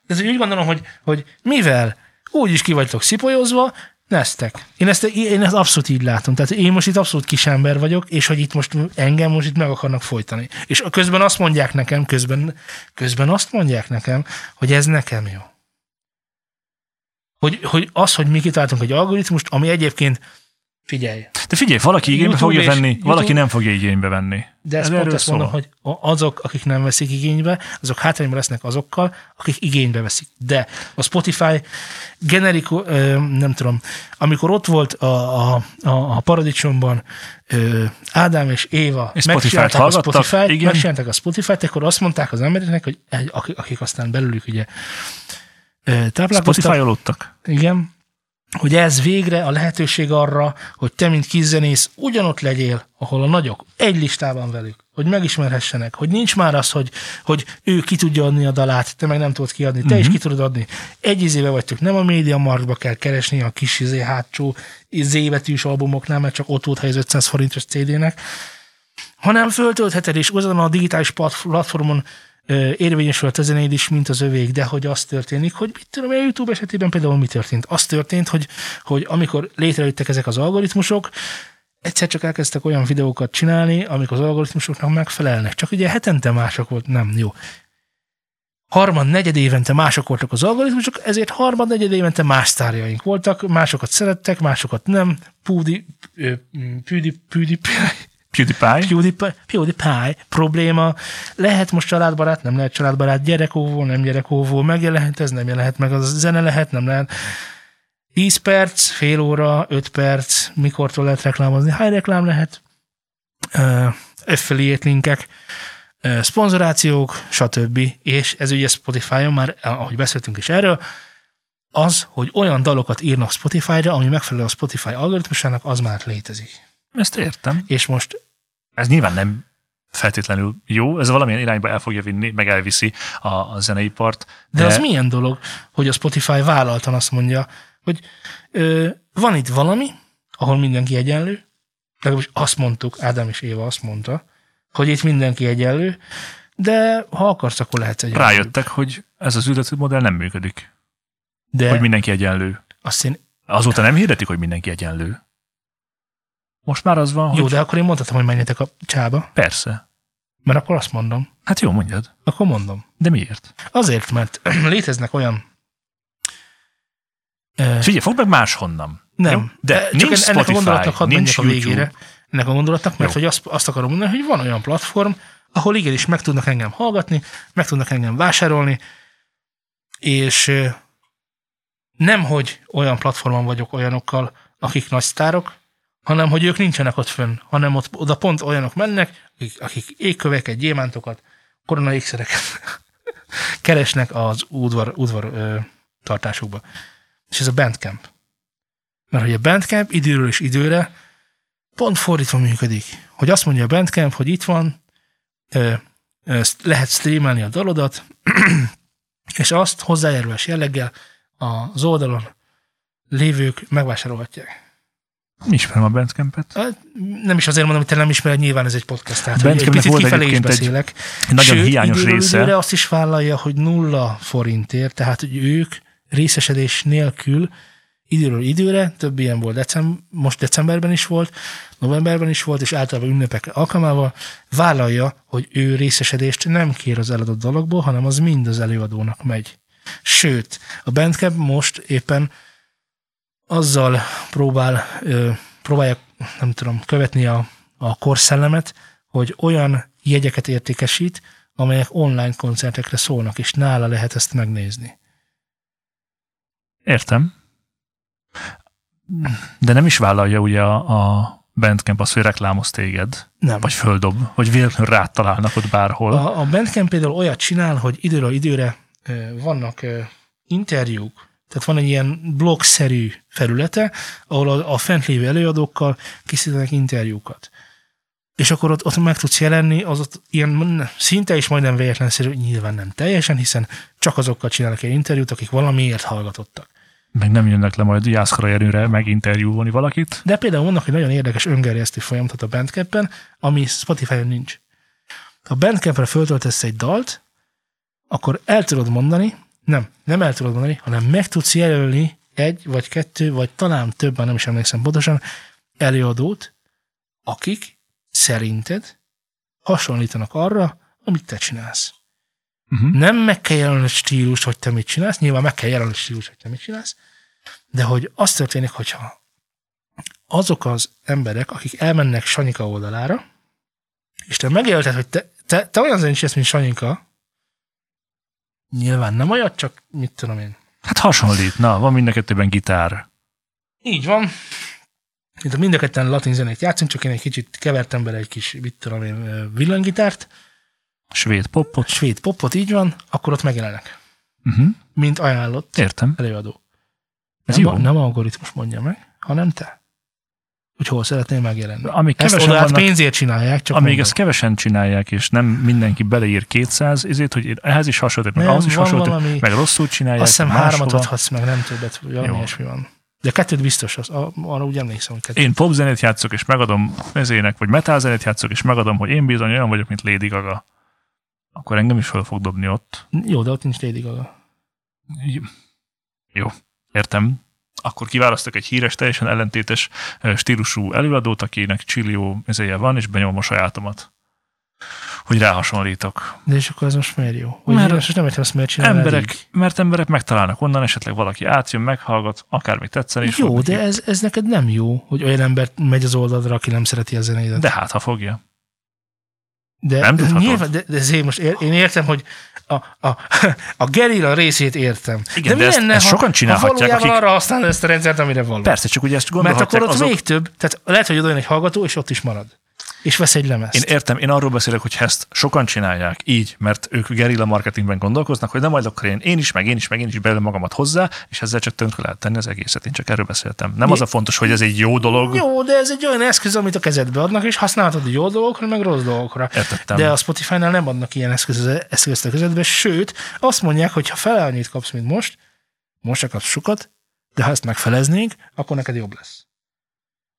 B: Ez úgy gondolom, hogy, hogy mivel úgy is ki vagytok szipolyozva, Neztek. Én ezt, én ezt abszolút így látom. Tehát én most itt abszolút kisember vagyok, és hogy itt most engem most itt meg akarnak folytani. És közben azt mondják nekem, közben, közben azt mondják nekem, hogy ez nekem jó. Hogy, hogy az, hogy mi kitaláltunk egy algoritmust, ami egyébként, figyelj,
A: De figyelj, valaki igénybe
B: YouTube
A: fogja
B: és-
A: venni,
B: YouTube-
A: valaki nem fogja igénybe venni.
B: de ezt
A: Ez
B: pont
A: erről
B: azt mondom,
A: szól.
B: hogy a- azok, akik nem veszik igénybe, azok hátrányban lesznek azokkal, akik igénybe veszik. De a Spotify generik, ö, nem tudom, amikor ott volt a, a, a, a paradicsomban ö, Ádám és Éva
A: És Spotify-t
B: megcsinálták a
A: hallgattak,
B: Spotify-t,
A: igen.
B: megcsinálták a Spotify-t, akkor azt mondták az embereknek, hogy egy- akik, akik aztán belülük ugye ö, táplálkoztak,
A: Spotify aludtak.
B: igen, hogy ez végre a lehetőség arra, hogy te, mint kiszenész, ugyanott legyél, ahol a nagyok, egy listában velük, hogy megismerhessenek, hogy nincs már az, hogy, hogy ő ki tudja adni a dalát, te meg nem tudod kiadni, te is ki tudod adni. Egy izébe vagytok, nem a média markba kell keresni a kis izé hátsó zébetűs albumoknál, mert csak ott volt hely az 500 forintos CD-nek, hanem föltöltheted, és azon a digitális plat- platformon ö, érvényesült a zenéd is, mint az övék, de hogy az történik, hogy mit tudom, én, a YouTube esetében például mi történt? Az történt, hogy, hogy amikor létrejöttek ezek az algoritmusok, egyszer csak elkezdtek olyan videókat csinálni, amik az algoritmusoknak megfelelnek. Csak ugye hetente mások volt, nem jó. Harmad, negyed évente mások voltak az algoritmusok, ezért harmad, negyed évente más sztárjaink voltak, másokat szerettek, másokat nem. Púdi, ö, mm, Püdi, Püdi,
A: PewDiePie.
B: PewDiePie, PewDiePie probléma. Lehet most családbarát, nem lehet családbarát, gyerekóvó, nem gyerekóvó, megjelenhet ez, nem jelenhet meg, az a zene lehet, nem lehet. 10 perc, fél óra, 5 perc, mikortól lehet reklámozni, hány reklám lehet, Ö, affiliate linkek, ö, szponzorációk, stb. És ez ugye Spotify-on már, ahogy beszéltünk is erről, az, hogy olyan dalokat írnak Spotify-ra, ami megfelel a Spotify algoritmusának, az már létezik.
A: Ezt értem.
B: És most
A: ez nyilván nem feltétlenül jó, ez valamilyen irányba el fogja vinni, meg elviszi a, a zeneipart.
B: De, de az milyen dolog, hogy a Spotify vállaltan azt mondja, hogy ö, van itt valami, ahol mindenki egyenlő, legalábbis azt mondtuk, Ádám és Éva azt mondta, hogy itt mindenki egyenlő, de ha akarsz, akkor lehetsz egyenlő.
A: Rájöttek, hogy ez az üzleti modell nem működik,
B: De
A: hogy
B: hogy
A: mindenki egyenlő.
B: azt én,
A: Azóta nem hirdetik, hogy mindenki egyenlő. Most már az van, hogy
B: jó, de akkor én mondhatom, hogy menjetek a csába,
A: persze.
B: mert akkor azt mondom.
A: Hát jó, mondjad.
B: Akkor mondom.
A: De miért?
B: Azért, mert léteznek olyan ö,
A: Figyelj, fogd meg máshonnan. Jó?
B: Nem.
A: De
B: Csak
A: nincs
B: en- ennek a
A: Spotify,
B: gondolatnak hadd
A: nincs
B: menjek a
A: YouTube.
B: végére. Ennek a gondolatnak, mert
A: Jó.
B: hogy azt, azt akarom mondani, hogy van olyan platform, ahol igenis meg tudnak engem hallgatni, meg tudnak engem vásárolni, és ö, nem, hogy olyan platformon vagyok olyanokkal, akik nagy sztárok, hanem, hogy ők nincsenek ott fönn, hanem ott, oda pont olyanok mennek, akik, akik égköveket, gyémántokat, koronaékszereket keresnek az udvar, udvar ö, tartásukba. És ez a Bandcamp. Mert hogy a Bandcamp időről és időre pont fordítva működik. Hogy azt mondja a Bandcamp, hogy itt van, ö, ö, szt- lehet streamelni a dalodat, és azt hozzájárulás jelleggel az oldalon lévők megvásárolhatják.
A: Ismerem a Bandcampet.
B: Hát, Nem is azért mondom, hogy te nem ismered, nyilván ez egy podcast, tehát hogy egy
A: Bandcampnek
B: picit
A: volt
B: kifelé is
A: egyébként egy
B: beszélek.
A: Egy Nagyon
B: Sőt,
A: hiányos
B: időről
A: része.
B: Időre azt is vállalja, hogy nulla forintért, tehát hogy ők részesedés nélkül időről időre, több ilyen volt december, most decemberben is volt, novemberben is volt, és általában ünnepek alkalmával vállalja, hogy ő részesedést nem kér az eladott dologból, hanem az mind az előadónak megy. Sőt, a Bandcamp most éppen azzal próbál, ö, próbálja, nem tudom, követni a, a korszellemet, hogy olyan jegyeket értékesít, amelyek online koncertekre szólnak, és nála lehet ezt megnézni.
A: Értem. De nem is vállalja ugye a, a Bandcamp azt, hogy reklámoz téged,
B: Nem.
A: Hát vagy földob, hogy véletlenül rád találnak ott bárhol.
B: A, a Bandcamp például olyat csinál, hogy időről időre ö, vannak ö, interjúk, tehát van egy ilyen blogszerű felülete, ahol a, a fent lévő előadókkal készítenek interjúkat. És akkor ott, ott meg tudsz jelenni, az ott ilyen szinte is majdnem véletlenszerű, nyilván nem teljesen, hiszen csak azokkal csinálnak egy interjút, akik valamiért hallgatottak.
A: meg nem jönnek le majd Jászkara Jenőre meginterjúolni valakit.
B: De például vannak egy nagyon érdekes öngerjesztő folyamatot a Bandcampen, ami Spotify-on nincs. Ha Bandcampre föltöltesz egy dalt, akkor el tudod mondani, nem, nem el tudod mondani, hanem meg tudsz jelölni egy, vagy kettő, vagy talán több, már nem is emlékszem pontosan, előadót, akik szerinted hasonlítanak arra, amit te csinálsz.
A: Mhm.
B: Uh-huh. Nem meg kell jelölni egy stílus, hogy te mit csinálsz, nyilván meg kell jelölni egy stílus, hogy te mit csinálsz, de hogy az történik, hogyha azok az emberek, akik elmennek Sanyika oldalára, és te megélted, hogy te, te, te olyan zenét csinálsz, mint Sanyika, nyilván nem olyat, csak mit tudom én,
A: Hát hasonlít, na, van mind a kettőben gitár.
B: így van. Itt mind a ketten latin zenét játszunk, csak én egy kicsit kevertem bele egy kis, mit tudom én, ö, villanygitárt,
A: Svéd popot.
B: svéd popot, így van, akkor ott megjelennek.
A: Uh-huh.
B: Mint ajánlott
A: Értem.
B: előadó.
A: Ez
B: nem,
A: jó.
B: a- nem algoritmus mondja meg, hanem te. Hogy hol szeretnél megjelenni.
A: Amíg
B: Ezt
A: kevesen
B: oda hát
A: vannak,
B: pénzért csinálják, csak
A: amíg
B: mondom.
A: ezt kevesen csinálják, és nem mindenki beleír 200, ezért, hogy én ehhez is hasonlít, meg
B: Nem,
A: ahhoz is
B: van
A: hasonlít,
B: valami-
A: meg rosszul csinálják.
B: Azt hiszem
A: meg
B: háromat
A: máshova.
B: adhatsz meg, nem többet, vagy valami
A: Jó.
B: ilyesmi van. De kettőt biztos, az, a- arra úgy emlékszem, hogy kettőt.
A: Én popzenét játszok, és megadom ezének, vagy metalzenét játszok, és megadom, hogy én bizony olyan vagyok, mint Lady Gaga. Akkor engem is föl fog dobni ott.
B: Jó, de ott nincs Lady Gaga.
A: Jó, értem. Akkor kiválasztok egy híres, teljesen ellentétes ö, stílusú előadót, akinek csillió ezéje van, és benyomom a sajátomat. Hogy ráhasonlítok.
B: De és akkor ez most miért jó? Vagy
A: Mert
B: mert most nem értem, azt miért csinálnád
A: emberek,
B: így?
A: mert emberek megtalálnak onnan, esetleg valaki átjön, meghallgat, akármi tetszeni is.
B: Jó,
A: fog
B: de
A: neki.
B: ez, ez neked nem jó, hogy olyan ember megy az oldalra, aki nem szereti a zenédet.
A: De hát, ha fogja.
B: De,
A: Nem tudhatod.
B: Nyilván, de, de ezért most ér, én értem, hogy a, a, a gerilla részét értem.
A: Igen, de
B: de, mi
A: ezt-
B: lenne,
A: ezt
B: ha,
A: sokan
B: ha
A: csinálhatják,
B: valójában
A: akik-
B: arra használod ezt a rendszert, amire való?
A: Persze, csak ugye ezt
B: Mert
A: gondolhatják
B: akkor ott
A: azok.
B: még több, tehát lehet, hogy oda jön egy hallgató, és ott is marad. És vesz egy lemezt.
A: Én értem, én arról beszélek, hogy ezt sokan csinálják így, mert ők gerilla marketingben gondolkoznak, hogy nem majd akkor én, én is, meg én is, meg én is belőle magamat hozzá, és ezzel csak tönkre lehet tenni az egészet. Én csak erről beszéltem. Nem az a fontos, hogy ez egy jó dolog.
B: Jó, de ez egy olyan eszköz, amit a kezedbe adnak, és használhatod jó dolgokra, meg rossz dolgokra.
A: Értettem.
B: De a Spotify-nál nem adnak ilyen eszköz- eszközt a kezedbe, sőt, azt mondják, hogy ha fele annyit kapsz, mint most, most se kapsz sokat, de ha ezt megfeleznénk, akkor neked jobb lesz.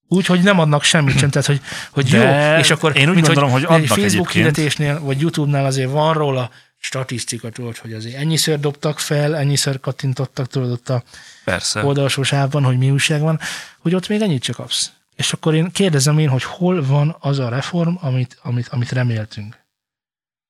B: Úgyhogy nem adnak semmit sem, tehát hogy, hogy jó,
A: De
B: és akkor
A: én úgy
B: mint
A: gondolom, hogy adnak
B: egy Facebook
A: egyébként.
B: hirdetésnél, vagy YouTube-nál azért van róla statisztika, tudod, hogy azért ennyiször dobtak fel, ennyiször kattintottak, tudod, ott a
A: Persze.
B: oldalsó sávban, hogy mi újság van, hogy ott még ennyit csak kapsz. És akkor én kérdezem én, hogy hol van az a reform, amit, amit, amit reméltünk.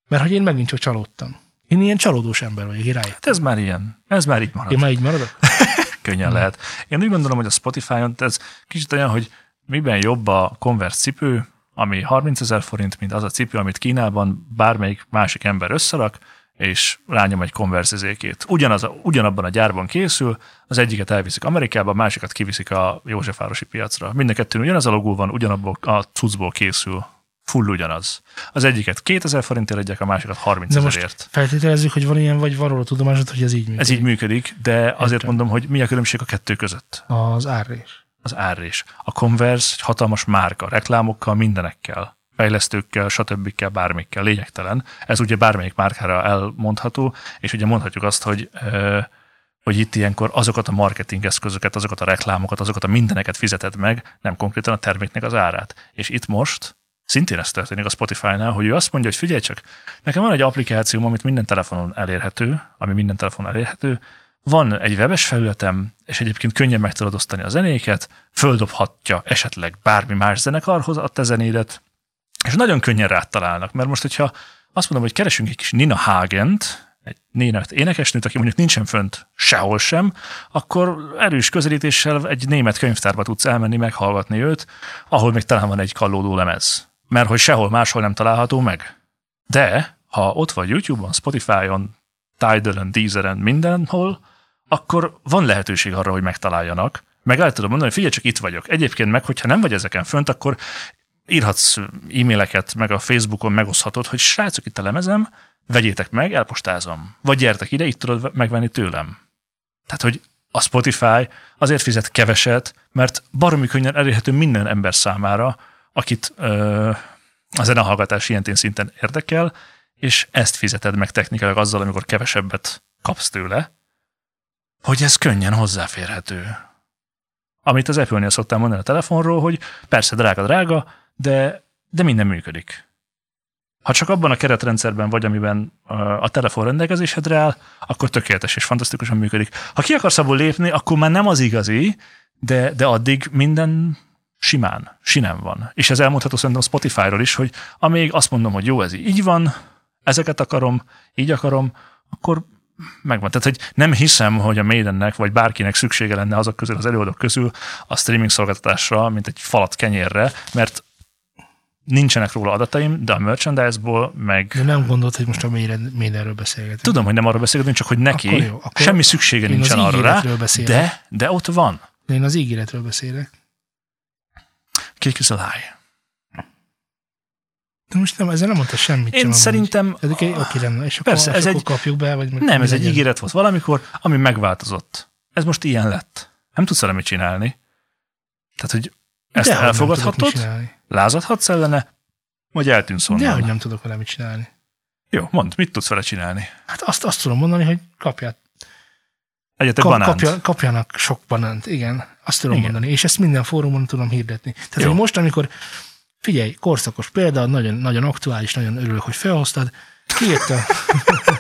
B: Mert hogy én megint csak csalódtam. Én ilyen csalódós ember vagyok, irány.
A: Hát ez már ilyen. Ez már így marad.
B: Én már így maradok?
A: hát könnyen
B: Hmm.
A: lehet. Én úgy gondolom, hogy a Spotify-on ez kicsit olyan, hogy miben jobb a Converse cipő, ami 30 ezer forint, mint az a cipő, amit Kínában bármelyik másik ember összerak, és rányom egy Converse izékét. Ugyanaz, a- ugyanabban a gyárban készül, az egyiket elviszik Amerikába, a másikat kiviszik a Józsefvárosi piacra. Mind a kettőn ugyanaz a logó van, ugyanabból a cuccból készül. Full ugyanaz. Az egyiket 2000 forintért adják, a másikat 30
B: De most
A: ezerért.
B: feltételezzük, hogy van ilyen, vagy van róla tudomásod, hogy ez így működik.
A: Ez így működik, de azért
B: Értem.
A: mondom, hogy mi a különbség a kettő között.
B: Az árrés.
A: az árrés. A Converse egy hatalmas márka, reklámokkal, mindenekkel, fejlesztőkkel, stb. bármikkel, lényegtelen. Ez ugye bármelyik márkára elmondható, és ugye mondhatjuk azt, hogy ö, hogy itt ilyenkor azokat a marketing eszközöket, azokat a reklámokat, azokat a mindeneket fizeted meg, nem konkrétan a terméknek az árát. És itt most szintén ez történik a Spotify-nál, hogy ő azt mondja, hogy figyelj csak, nekem van egy applikációm, amit minden telefonon elérhető, ami minden telefonon elérhető, van egy webes felületem, és egyébként könnyen meg tudod osztani a zenéket, földobhatja esetleg bármi más zenekarhoz a te zenédet, és nagyon könnyen rád találnak, mert most, hogyha azt mondom, hogy keresünk egy kis Nina Hagent, egy német énekesnőt, aki mondjuk nincsen fönt sehol sem, akkor erős közelítéssel egy német könyvtárba tudsz elmenni, meghallgatni őt, ahol még talán van egy kallódó lemez. Mert hogy sehol máshol nem található meg. De, ha ott vagy YouTube-on, Spotify-on, Tidal-en, Deezer-en, mindenhol, akkor van lehetőség arra, hogy megtaláljanak. Meg el tudom mondani, hogy figyelj, csak itt vagyok. Egyébként meg, hogyha nem vagy ezeken fönt, akkor írhatsz e-maileket, meg a Facebookon megoszthatod, hogy srácok, itt a lemezem, vegyétek meg, elpostázom. Vagy gyertek ide, itt tudod megvenni tőlem. Tehát, hogy a Spotify azért fizet keveset, mert baromi könnyen elérhető minden ember számára, akit ö, a zenehallgatás ilyen szinten érdekel, és ezt fizeted meg technikailag azzal, amikor kevesebbet kapsz tőle, hogy ez könnyen hozzáférhető. Amit az Apple-nél szoktam mondani a telefonról, hogy persze drága-drága, de, de minden működik. ha csak abban a keretrendszerben vagy, amiben ö, a telefon rendelkezésedre áll, akkor tökéletes és fantasztikusan működik. Ha ki akarsz abból lépni, akkor már nem az igazi, de, de addig minden simán, sinem van. És ez elmondható szerintem Spotify-ról is, hogy amíg azt mondom, hogy jó, ez így van, ezeket akarom, így akarom, akkor megvan. Tehát, hogy nem hiszem, hogy a Maidennek vagy bárkinek szüksége lenne azok közül, az előadók közül a streaming szolgáltatásra, mint egy falat kenyérre, mert nincsenek róla adataim, de a merchandise-ból meg
B: De nem gondolt, hogy most a mélyre- mélyről beszélgetünk.
A: tudom, hogy nem arra beszélgetünk, csak hogy neki
B: Akkor jó, akkor
A: semmi szüksége
B: én
A: nincsen
B: az
A: arra rá,
B: ígéretről beszélek.
A: de, de ott van.
B: Én az ígéretről beszélek.
A: Kick is a lie.
B: De most nem, ezzel nem mondta semmit sem
A: Én
B: amúgy.
A: szerintem
B: Ez oké, oké, rendben. És akkor,
A: Persze,
B: Persze, és
A: ez
B: akkor
A: egy-
B: kapjuk be, vagy meg-
A: nem, ez egy
B: legyen.
A: ígéret volt valamikor, ami megváltozott. Ez most ilyen lett. Nem tudsz vele mit csinálni. Tehát, hogy ezt
B: Dehogy nem tudok
A: elfogadhatod,
B: mit csinálni.
A: lázadhatsz ellene, vagy eltűnsz onnan.
B: Dehogy nem tudok vele mit csinálni.
A: Jó, mondd, mit tudsz vele csinálni?
B: Hát azt, azt tudom mondani, hogy kapját,
A: Egyet egy
B: kap,
A: banánt.
B: kapja, kapjanak sok banánt. Igen, azt tudom
A: Igen.
B: igen. mondani. És ezt minden fórumon tudom hirdetni. Tehát,
A: Jó.
B: hogy most, amikor figyelj, korszakos példa, nagyon, nagyon aktuális, nagyon örülök, hogy felhoztad. Kijött a,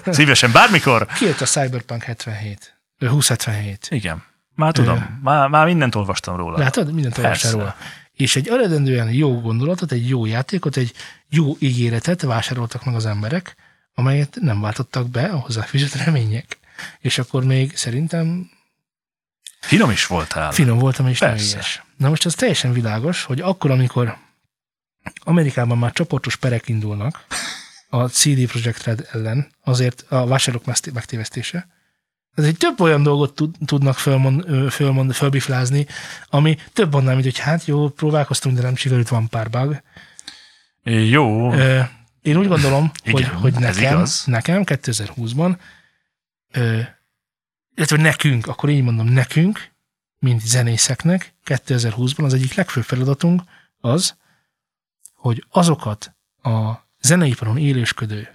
A: Szívesen, bármikor.
B: kijött a Cyberpunk 77, ö, 2077.
A: Igen, már tudom, már, már mindent olvastam róla.
B: Látod? Mindent olvastál
A: Persze.
B: róla. És egy eredendően jó gondolatot, egy jó játékot, egy jó ígéretet vásároltak meg az emberek, amelyet nem váltottak be a hozzáfűzött remények. És akkor még szerintem
A: Finom is voltál.
B: finom voltam és
A: Persze.
B: nevélyes. Na most az teljesen világos, hogy akkor, amikor Amerikában már csoportos perek indulnak a CD Projekt Red ellen, azért a vásárlók meszté- megtévesztése, ez egy több olyan dolgot tud, tudnak fölmond, ö, fölmond, fölbiflázni, ami több annál, mint hogy hát jó, próbálkoztunk, de nem sikerült, van pár bug.
A: Jó,
B: Ö, én úgy gondolom,
A: Igen,
B: hogy, hogy
A: ez
B: nekem,
A: igaz.
B: nekem 2020-ban, ö, illetve nekünk, akkor így mondom, nekünk, mint zenészeknek 2020-ban az egyik legfőbb feladatunk az, hogy azokat a zeneiparon élősködő,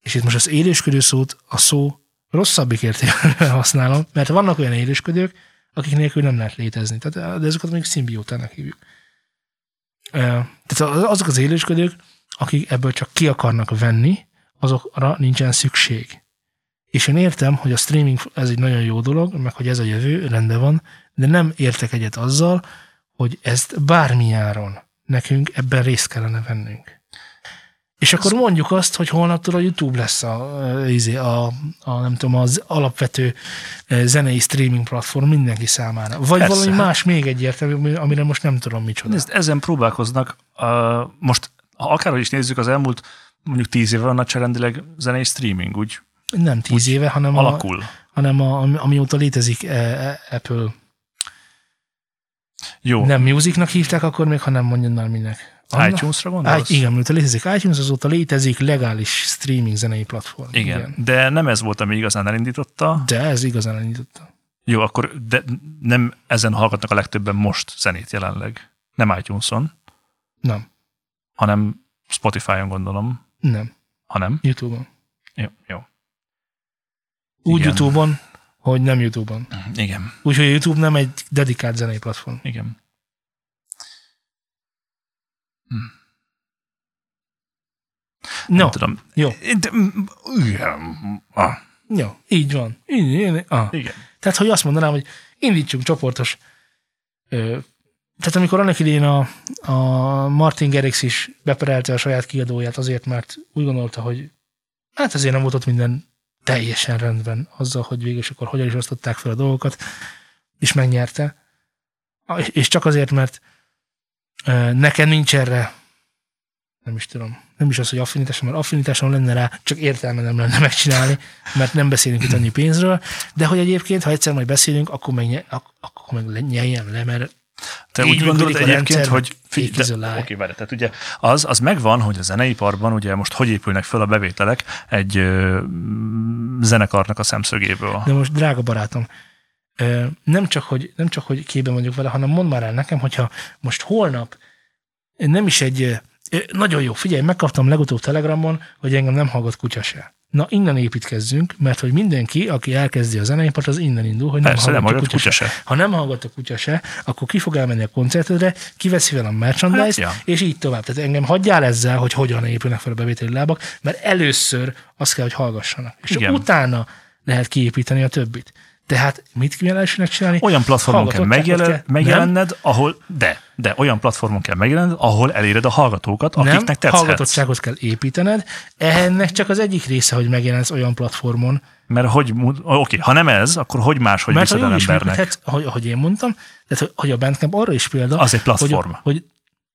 B: és itt most az élősködő szót a szó rosszabbik értékelően használom, mert vannak olyan élősködők, akik nélkül nem lehet létezni. Tehát, de ezeket még szimbiótának hívjuk. Ö, Tehát az- azok az élősködők, akik ebből csak ki akarnak venni, azokra nincsen szükség. És én értem, hogy a streaming ez egy nagyon jó dolog, meg hogy ez a jövő, rendben van, de nem értek egyet azzal, hogy ezt bármiáron nekünk ebben részt kellene vennünk. És akkor mondjuk azt, hogy holnaptól a YouTube lesz a, ö, izé, a, a nem tudom, az alapvető ö, zenei streaming platform mindenki számára. Vagy
A: Persze,
B: valami
A: hát.
B: más még egyértelmű, amire most nem tudom micsoda.
A: Nézd, ezen próbálkoznak. Uh, most, ha akárhogy is nézzük, az elmúlt mondjuk tíz évvel nagyságrendileg zenei streaming úgy
B: nem tíz éve, hanem, a,
A: alakul.
B: hanem a, ami- amióta létezik e, e, Apple.
A: Jó,
B: Nem Musicnak hívták akkor még, hanem mondjon már minek. Anna-
A: iTunes-ra
B: I,
A: gondolsz?
B: igen, mióta létezik iTunes, azóta létezik legális streaming zenei platform.
A: igen. de nem ez volt, ami igazán elindította.
B: De ez igazán elindította.
A: Jó, akkor de nem ezen hallgatnak a legtöbben most zenét jelenleg. Nem iTunes-on,
B: Nem,
A: hanem Spotify-on gondolom,
B: nem.
A: hanem.
B: YouTube-on.
A: Jó, jó.
B: Úgy
A: Igen.
B: YouTube-on, hogy nem YouTube-on.
A: Igen,
B: Úgyhogy a YouTube nem egy dedikált zenei platform.
A: igen.
B: No,
A: Nem tudom.
B: jó,
A: De, igen. Ah,
B: jó, így van. Így, így, ah.
A: igen.
B: Tehát, hogy azt mondanám, hogy indítsunk csoportos. Ö, tehát amikor annak idén a, a Martin Gerix is beperelte a saját kiadóját azért, mert úgy gondolta, hogy hát azért nem volt ott minden teljesen rendben azzal, hogy végül is akkor hogyan is osztották fel a dolgokat, és megnyerte. A- és- És csak azért, mert ö, nekem nincs erre nem is tudom, nem is az, hogy affinitásom, mert affinitásom lenne rá, csak értelme nem lenne megcsinálni, mert nem beszélünk itt annyi pénzről, de hogy egyébként, ha egyszer majd beszélünk, akkor meg, nye, ak- akkor meg le- nyeljem le, mert
A: Te
B: Így
A: úgy gondolod
B: működik a
A: egyébként,
B: rendszer,
A: hogy...
B: fake
A: de-
B: is a lie.
A: Oké, várj, tehát ugye az, az megvan, hogy a zeneiparban ugye most hogy épülnek föl a bevételek egy ö, mm, zenekarnak a szemszögéből.
B: de most drága barátom, ö, nem csak, hogy, nem csak, hogy képben vagyok vele, hanem mondd már el nekem, hogyha most holnap nem is egy, ö, ö, nagyon jó, figyelj, megkaptam legutóbb telegramon, hogy engem nem hallgat kutya se. Na, innen építkezzünk, mert hogy mindenki, aki elkezdi a zeneipart, az innen indul, hogy nem
A: Persze,
B: hallgat
A: nem
B: a
A: hallgat
B: kutya
A: kutya
B: se. Ha nem hallgat a kutya se, akkor ki fog elmenni a koncertedre, kiveszi vele a merchandise
A: Hát, ja.
B: és így tovább. Tehát engem hagyjál ezzel, hogy hogyan épülnek fel a bevételi lábak, mert először azt kell, hogy hallgassanak. És
A: Igen.
B: utána lehet kiépíteni a többit. Tehát mit kell elsőnek csinálni?
A: Olyan platformon kell
B: Hallgatották,
A: megjelen,
B: hogy kell-
A: megjelenned, ahol, de, de olyan platformon kell megjelenned, ahol eléred a hallgatókat,
B: nem,
A: akiknek tetszhetsz.
B: hallgatottságot kell építened. Ennek csak az egyik része, hogy megjelensz olyan platformon,
A: Mert hogy, mu- oké, ha nem ez, akkor hogy más, hogy
B: Mert ha
A: viszed el
B: jól is
A: embernek?
B: működhet, ahogy, ahogy én mondtam, tehát hogy- hogy a Bandcamp arra is példa.
A: Az egy platform.
B: Hogy, hogy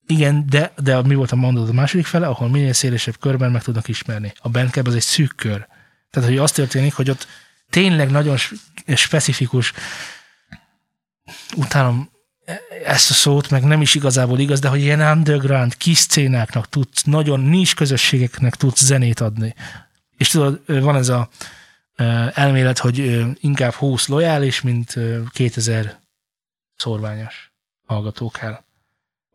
B: igen, de, de mi volt a mondat a második fele, ahol minél szélesebb körben meg tudnak ismerni. A Bandcamp az egy szűk kör. Tehát, hogy az történik, hogy ott tényleg nagyon s- specifikus, utálom e- ezt a szót, meg nem is igazából igaz, de hogy ilyen underground, kis szcénáknak tudsz, nagyon nincs közösségeknek tudsz zenét adni. És tudod, van ez a ö, elmélet, hogy ö, inkább 20 lojális, mint ö, 2000 szorványos hallgatók kell.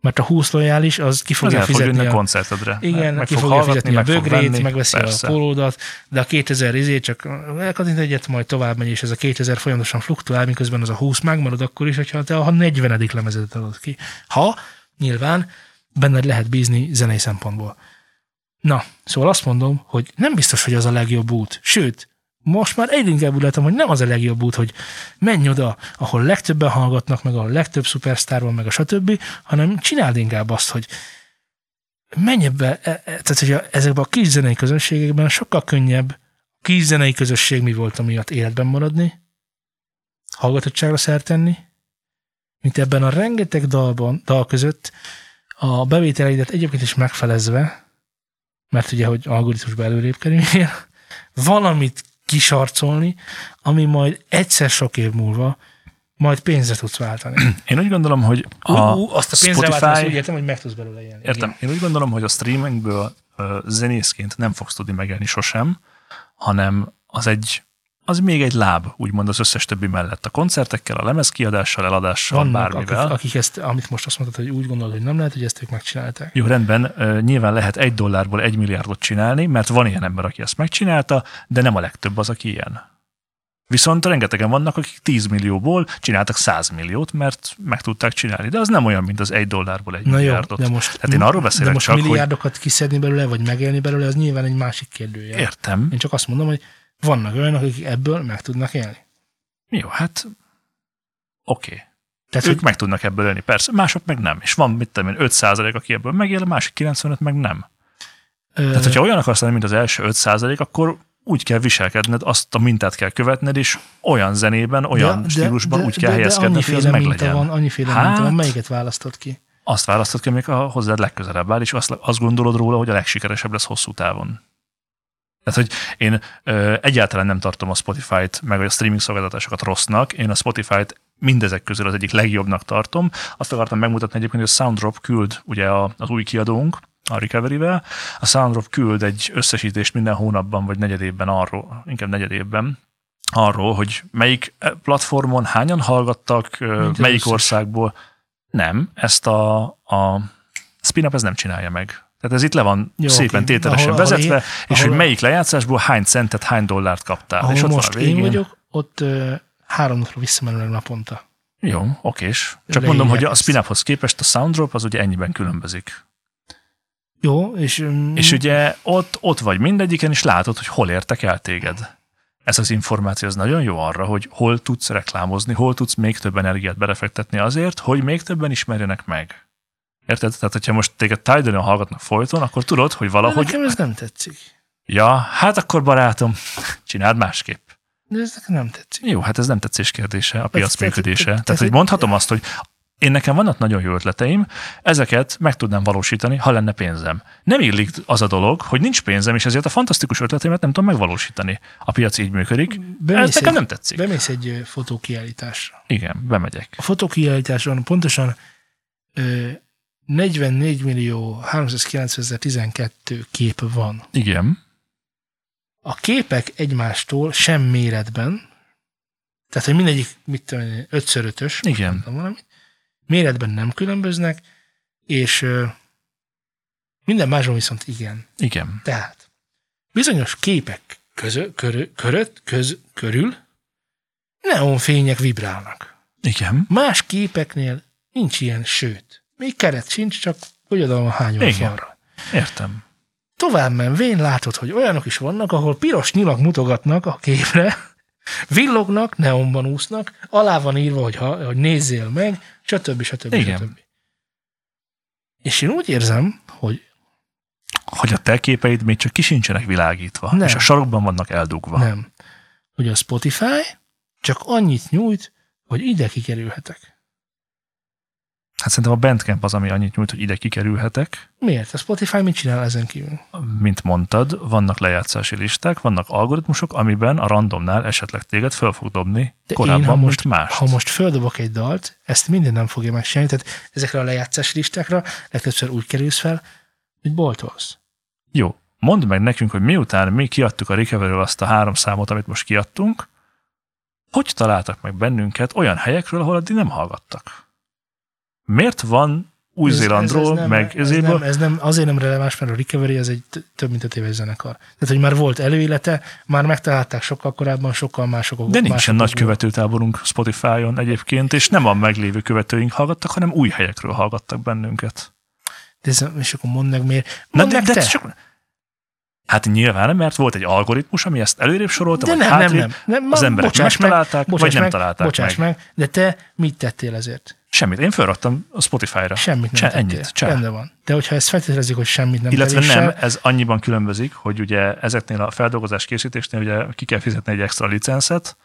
B: Mert a 20 lojális az ki
A: Az
B: fogja
A: el fog jönni
B: fizetni
A: a
B: a,
A: koncertedre.
B: igen, meg
A: meg
B: ki
A: fog
B: fogja
A: hallgatni,
B: fizetni a
A: meg fog
B: bögrét,
A: venni,
B: megveszi
A: persze.
B: a pólódat, de a 2000 izét csak elkattint egyet, majd tovább megy, és ez a 2000 folyamatosan fluktuál, miközben az a 20 megmarad akkor is, hogyha te a 40. lemezedet adod ki. Ha, nyilván, benned lehet bízni zenei szempontból. Na, szóval azt mondom, hogy nem biztos, hogy az a legjobb út. Sőt, most már egyre inkább úgy látom, hogy nem az a legjobb út, hogy menj oda, ahol legtöbben hallgatnak, meg ahol legtöbb szupersztár van, meg a stb., hanem csináld inkább azt, hogy menj ebbe, e- e- tehát hogy a, ezekben a kis zenei közösségekben sokkal könnyebb a kis zenei közösség mi volt, amiatt életben maradni, hallgatottságra szert tenni, mint ebben a rengeteg dalban, dal között a bevételeidet egyébként is megfelezve, mert ugye, hogy algoritmusba előrébb kerüljél, valamit kisarcolni, ami majd egyszer sok év múlva majd pénzre tudsz váltani.
A: Én úgy gondolom, hogy
B: Ú,
A: a
B: ú, azt a pénzre
A: Spotify,
B: váltani, azt úgy értem, hogy meg tudsz belőle élni.
A: Értem. Én úgy gondolom, hogy a streamingből ö, zenészként nem fogsz tudni megélni sosem, hanem az egy az még egy láb, úgymond az összes többi mellett. A koncertekkel, a lemezkiadással, eladással,
B: Vannak, akik,
A: bármivel.
B: akik ezt, amit most azt mondtad, hogy úgy gondolod, hogy nem lehet, hogy ezt ők megcsinálták.
A: Jó, rendben, ö, nyilván lehet egy dollárból egy milliárdot csinálni, mert van ilyen ember, aki ezt megcsinálta, de nem a legtöbb az, aki ilyen. Viszont rengetegen vannak, akik 10 millióból csináltak 100 milliót, mert meg tudták csinálni, de az nem olyan, mint az egy dollárból egy
B: Na jó,
A: milliárdot.
B: de most,
A: Tehát Hát én arról
B: de
A: beszélek
B: most
A: csak, hogy
B: milliárdokat kiszedni belőle, vagy megélni belőle, az nyilván egy másik kérdője.
A: értem,
B: Én csak azt mondom, hogy vannak olyanok, akik ebből meg tudnak élni.
A: Jó, hát oké. Okay.
B: Tehát,
A: Ők
B: hogy
A: meg tudnak ebből élni, persze. Mások meg nem. És van, mit tudom én, 5 aki ebből megél, a másik 95 meg nem. Tehát, hogyha olyan akarsz lenni, mint az első 5 akkor úgy kell viselkedned, azt a mintát kell követned, és olyan zenében, olyan de, stílusban de, úgy kell helyezkedned, hogy az
B: annyiféle minta
A: meglegyen.
B: van,
A: Van.
B: annyiféle
A: Hát.
B: minta van, melyiket választod ki?
A: Azt választod ki, amik a hozzád legközelebb áll, és azt, azt gondolod róla, hogy a legsikeresebb lesz hosszú távon. Tehát, hogy én ö, egyáltalán nem tartom a Spotify-t, meg a streaming szolgáltatásokat rossznak. Én a Spotify-t mindezek közül az egyik legjobbnak tartom. Azt akartam megmutatni egyébként, hogy a Soundrop küld, ugye a- az új kiadónk, a Recovery-vel, a Soundrop küld egy összesítést minden hónapban, vagy negyedében arról, inkább negyedében, arról, hogy melyik eh, platformon hányan hallgattak, ö,
B: Mint az
A: melyik
B: összes.
A: országból. Nem, ezt a, a spin-up ez nem csinálja meg. Tehát ez itt le van
B: Jó,
A: szépen
B: oké.
A: tételesen
B: Ahol- ahol
A: vezetve,
B: én-
A: és
B: ahol-
A: hogy melyik lejátszásból hány centet, hány dollárt kaptál.
B: Ahol
A: és ott
B: most
A: van a végén.
B: én vagyok, ott ö, három napra visszamenőleg naponta.
A: Jó, okés. Csak
B: Leírják
A: mondom, hogy a
B: ezt.
A: spin-uphoz képest a soundrop az ugye ennyiben különbözik.
B: Jó, és, mm,
A: És ugye ott, ott vagy mindegyiken, és látod, hogy hol értek el téged. Ez az információ az nagyon jó arra, hogy hol tudsz reklámozni, hol tudsz még több energiát belefektetni azért, hogy még többen ismerjenek meg. Érted? Tehát, hogyha most téged tidal hallgatnak folyton, akkor tudod, hogy
B: valahogy...
A: valahogy...
B: Nekem ez nem tetszik.
A: Ja, hát akkor barátom, csináld másképp.
B: De ez nekem nem tetszik.
A: Jó, hát ez nem tetszés kérdése, a piac
B: tehát-
A: működése.
B: tehát-
A: Tehát, hogy
B: tehát-
A: mondhatom azt, hogy én nekem vannak nagyon jó ötleteim, ezeket meg tudnám valósítani, ha lenne pénzem. Nem illik az a dolog, hogy nincs pénzem, és ezért a fantasztikus ötleteimet nem tudom megvalósítani. A piac így működik.
B: Bemész
A: Ez nekem
B: egy-
A: nem tetszik.
B: Bemész egy ö, fotókiállításra.
A: Igen, bemegyek.
B: A fotókiállításon pontosan ö, 44 millió 390.012 kép van.
A: Igen.
B: A képek egymástól sem méretben, tehát hogy mindegyik, mit tudom én, 5x5-ös,
A: Igen.
B: mondtam valamit, méretben nem különböznek, és ö, minden másban viszont igen.
A: Igen.
B: Tehát bizonyos képek közö, körö, köröt, köz, körül neonfények vibrálnak.
A: Igen.
B: Más képeknél nincs ilyen, sőt, még keret sincs, csak hogy oda van hányva a
A: Igen.
B: falra.
A: Értem.
B: Tovább menvén látod, hogy olyanok is vannak, ahol piros nyilak mutogatnak a képre, villognak, neonban úsznak, alá van írva, hogy, ha, hogy nézzél meg, stb. stb.
A: Igen.
B: stb. És én úgy érzem, hogy
A: Hogy a te képeid még csak ki sincsenek világítva,
B: Nem.
A: és a sarokban vannak eldugva.
B: nem. Hogy a Spotify csak annyit nyújt, hogy ide kikerülhetek.
A: Hát szerintem a Bandcamp az, ami annyit nyújt, hogy ide kikerülhetek.
B: Miért? A Spotify mit csinál ezen kívül?
A: mint mondtad, vannak lejátszási listák, vannak algoritmusok, amiben a randomnál esetleg téged föl fog dobni
B: De
A: De korábban,
B: én, ha
A: most,
B: most-
A: most más.
B: Ha most földobok egy dalt, ezt minden nem fogja megcsinálni, tehát ezekre a lejátszás listákra legtöbbször úgy kerülsz fel, hogy boltolsz.
A: Jó, mondd meg nekünk, hogy miután mi kiadtuk a recovery azt a három számot, amit most kiadtunk, hogy találtak meg bennünket olyan helyekről, ahol addig nem hallgattak? Miért van
B: Ez- ez- ez
A: Új-Zélandról,
B: nem-
A: meg
B: ez nem,
A: ezéből?
B: ez nem, azért nem releváns, mert a Recovery az egy t- több mint öt éves zenekar. Tehát, hogy már volt előélete, már megtalálták sokkal korábban, sokkal mások.
A: De nincsen nagy követőtáborunk Spotify-on egyébként, és nem a meglévő követőink hallgattak, hanem új helyekről hallgattak bennünket.
B: De ez, és akkor mondd meg miért.
A: Na,
B: Mondd
A: de,
B: meg
A: de
B: te.
A: ez csak... Hát nyilván, mert volt egy algoritmus, ami ezt előrébb sorolta,
B: de
A: vagy
B: nem, nem,
A: hátrébb.
B: nem, nem.
A: Az
B: ma-
A: emberek
B: bocsáss
A: megtalálták,
B: bocsáss
A: vagy nem találták
B: bocsáss meg. De te mit tettél ezért?
A: Semmit. Én felraktam a Spotify-ra.
B: Semmit nem
A: Cseh,
B: tettél.
A: ennyit, cseh.
B: Rendben van. De hogyha ezt feltételezik, hogy semmit nem
A: Illetve
B: tettél,
A: nem,
B: se-
A: ez annyiban különbözik, hogy ugye ezeknél a feldolgozás készítésnél ugye ki kell fizetni egy extra licenszet,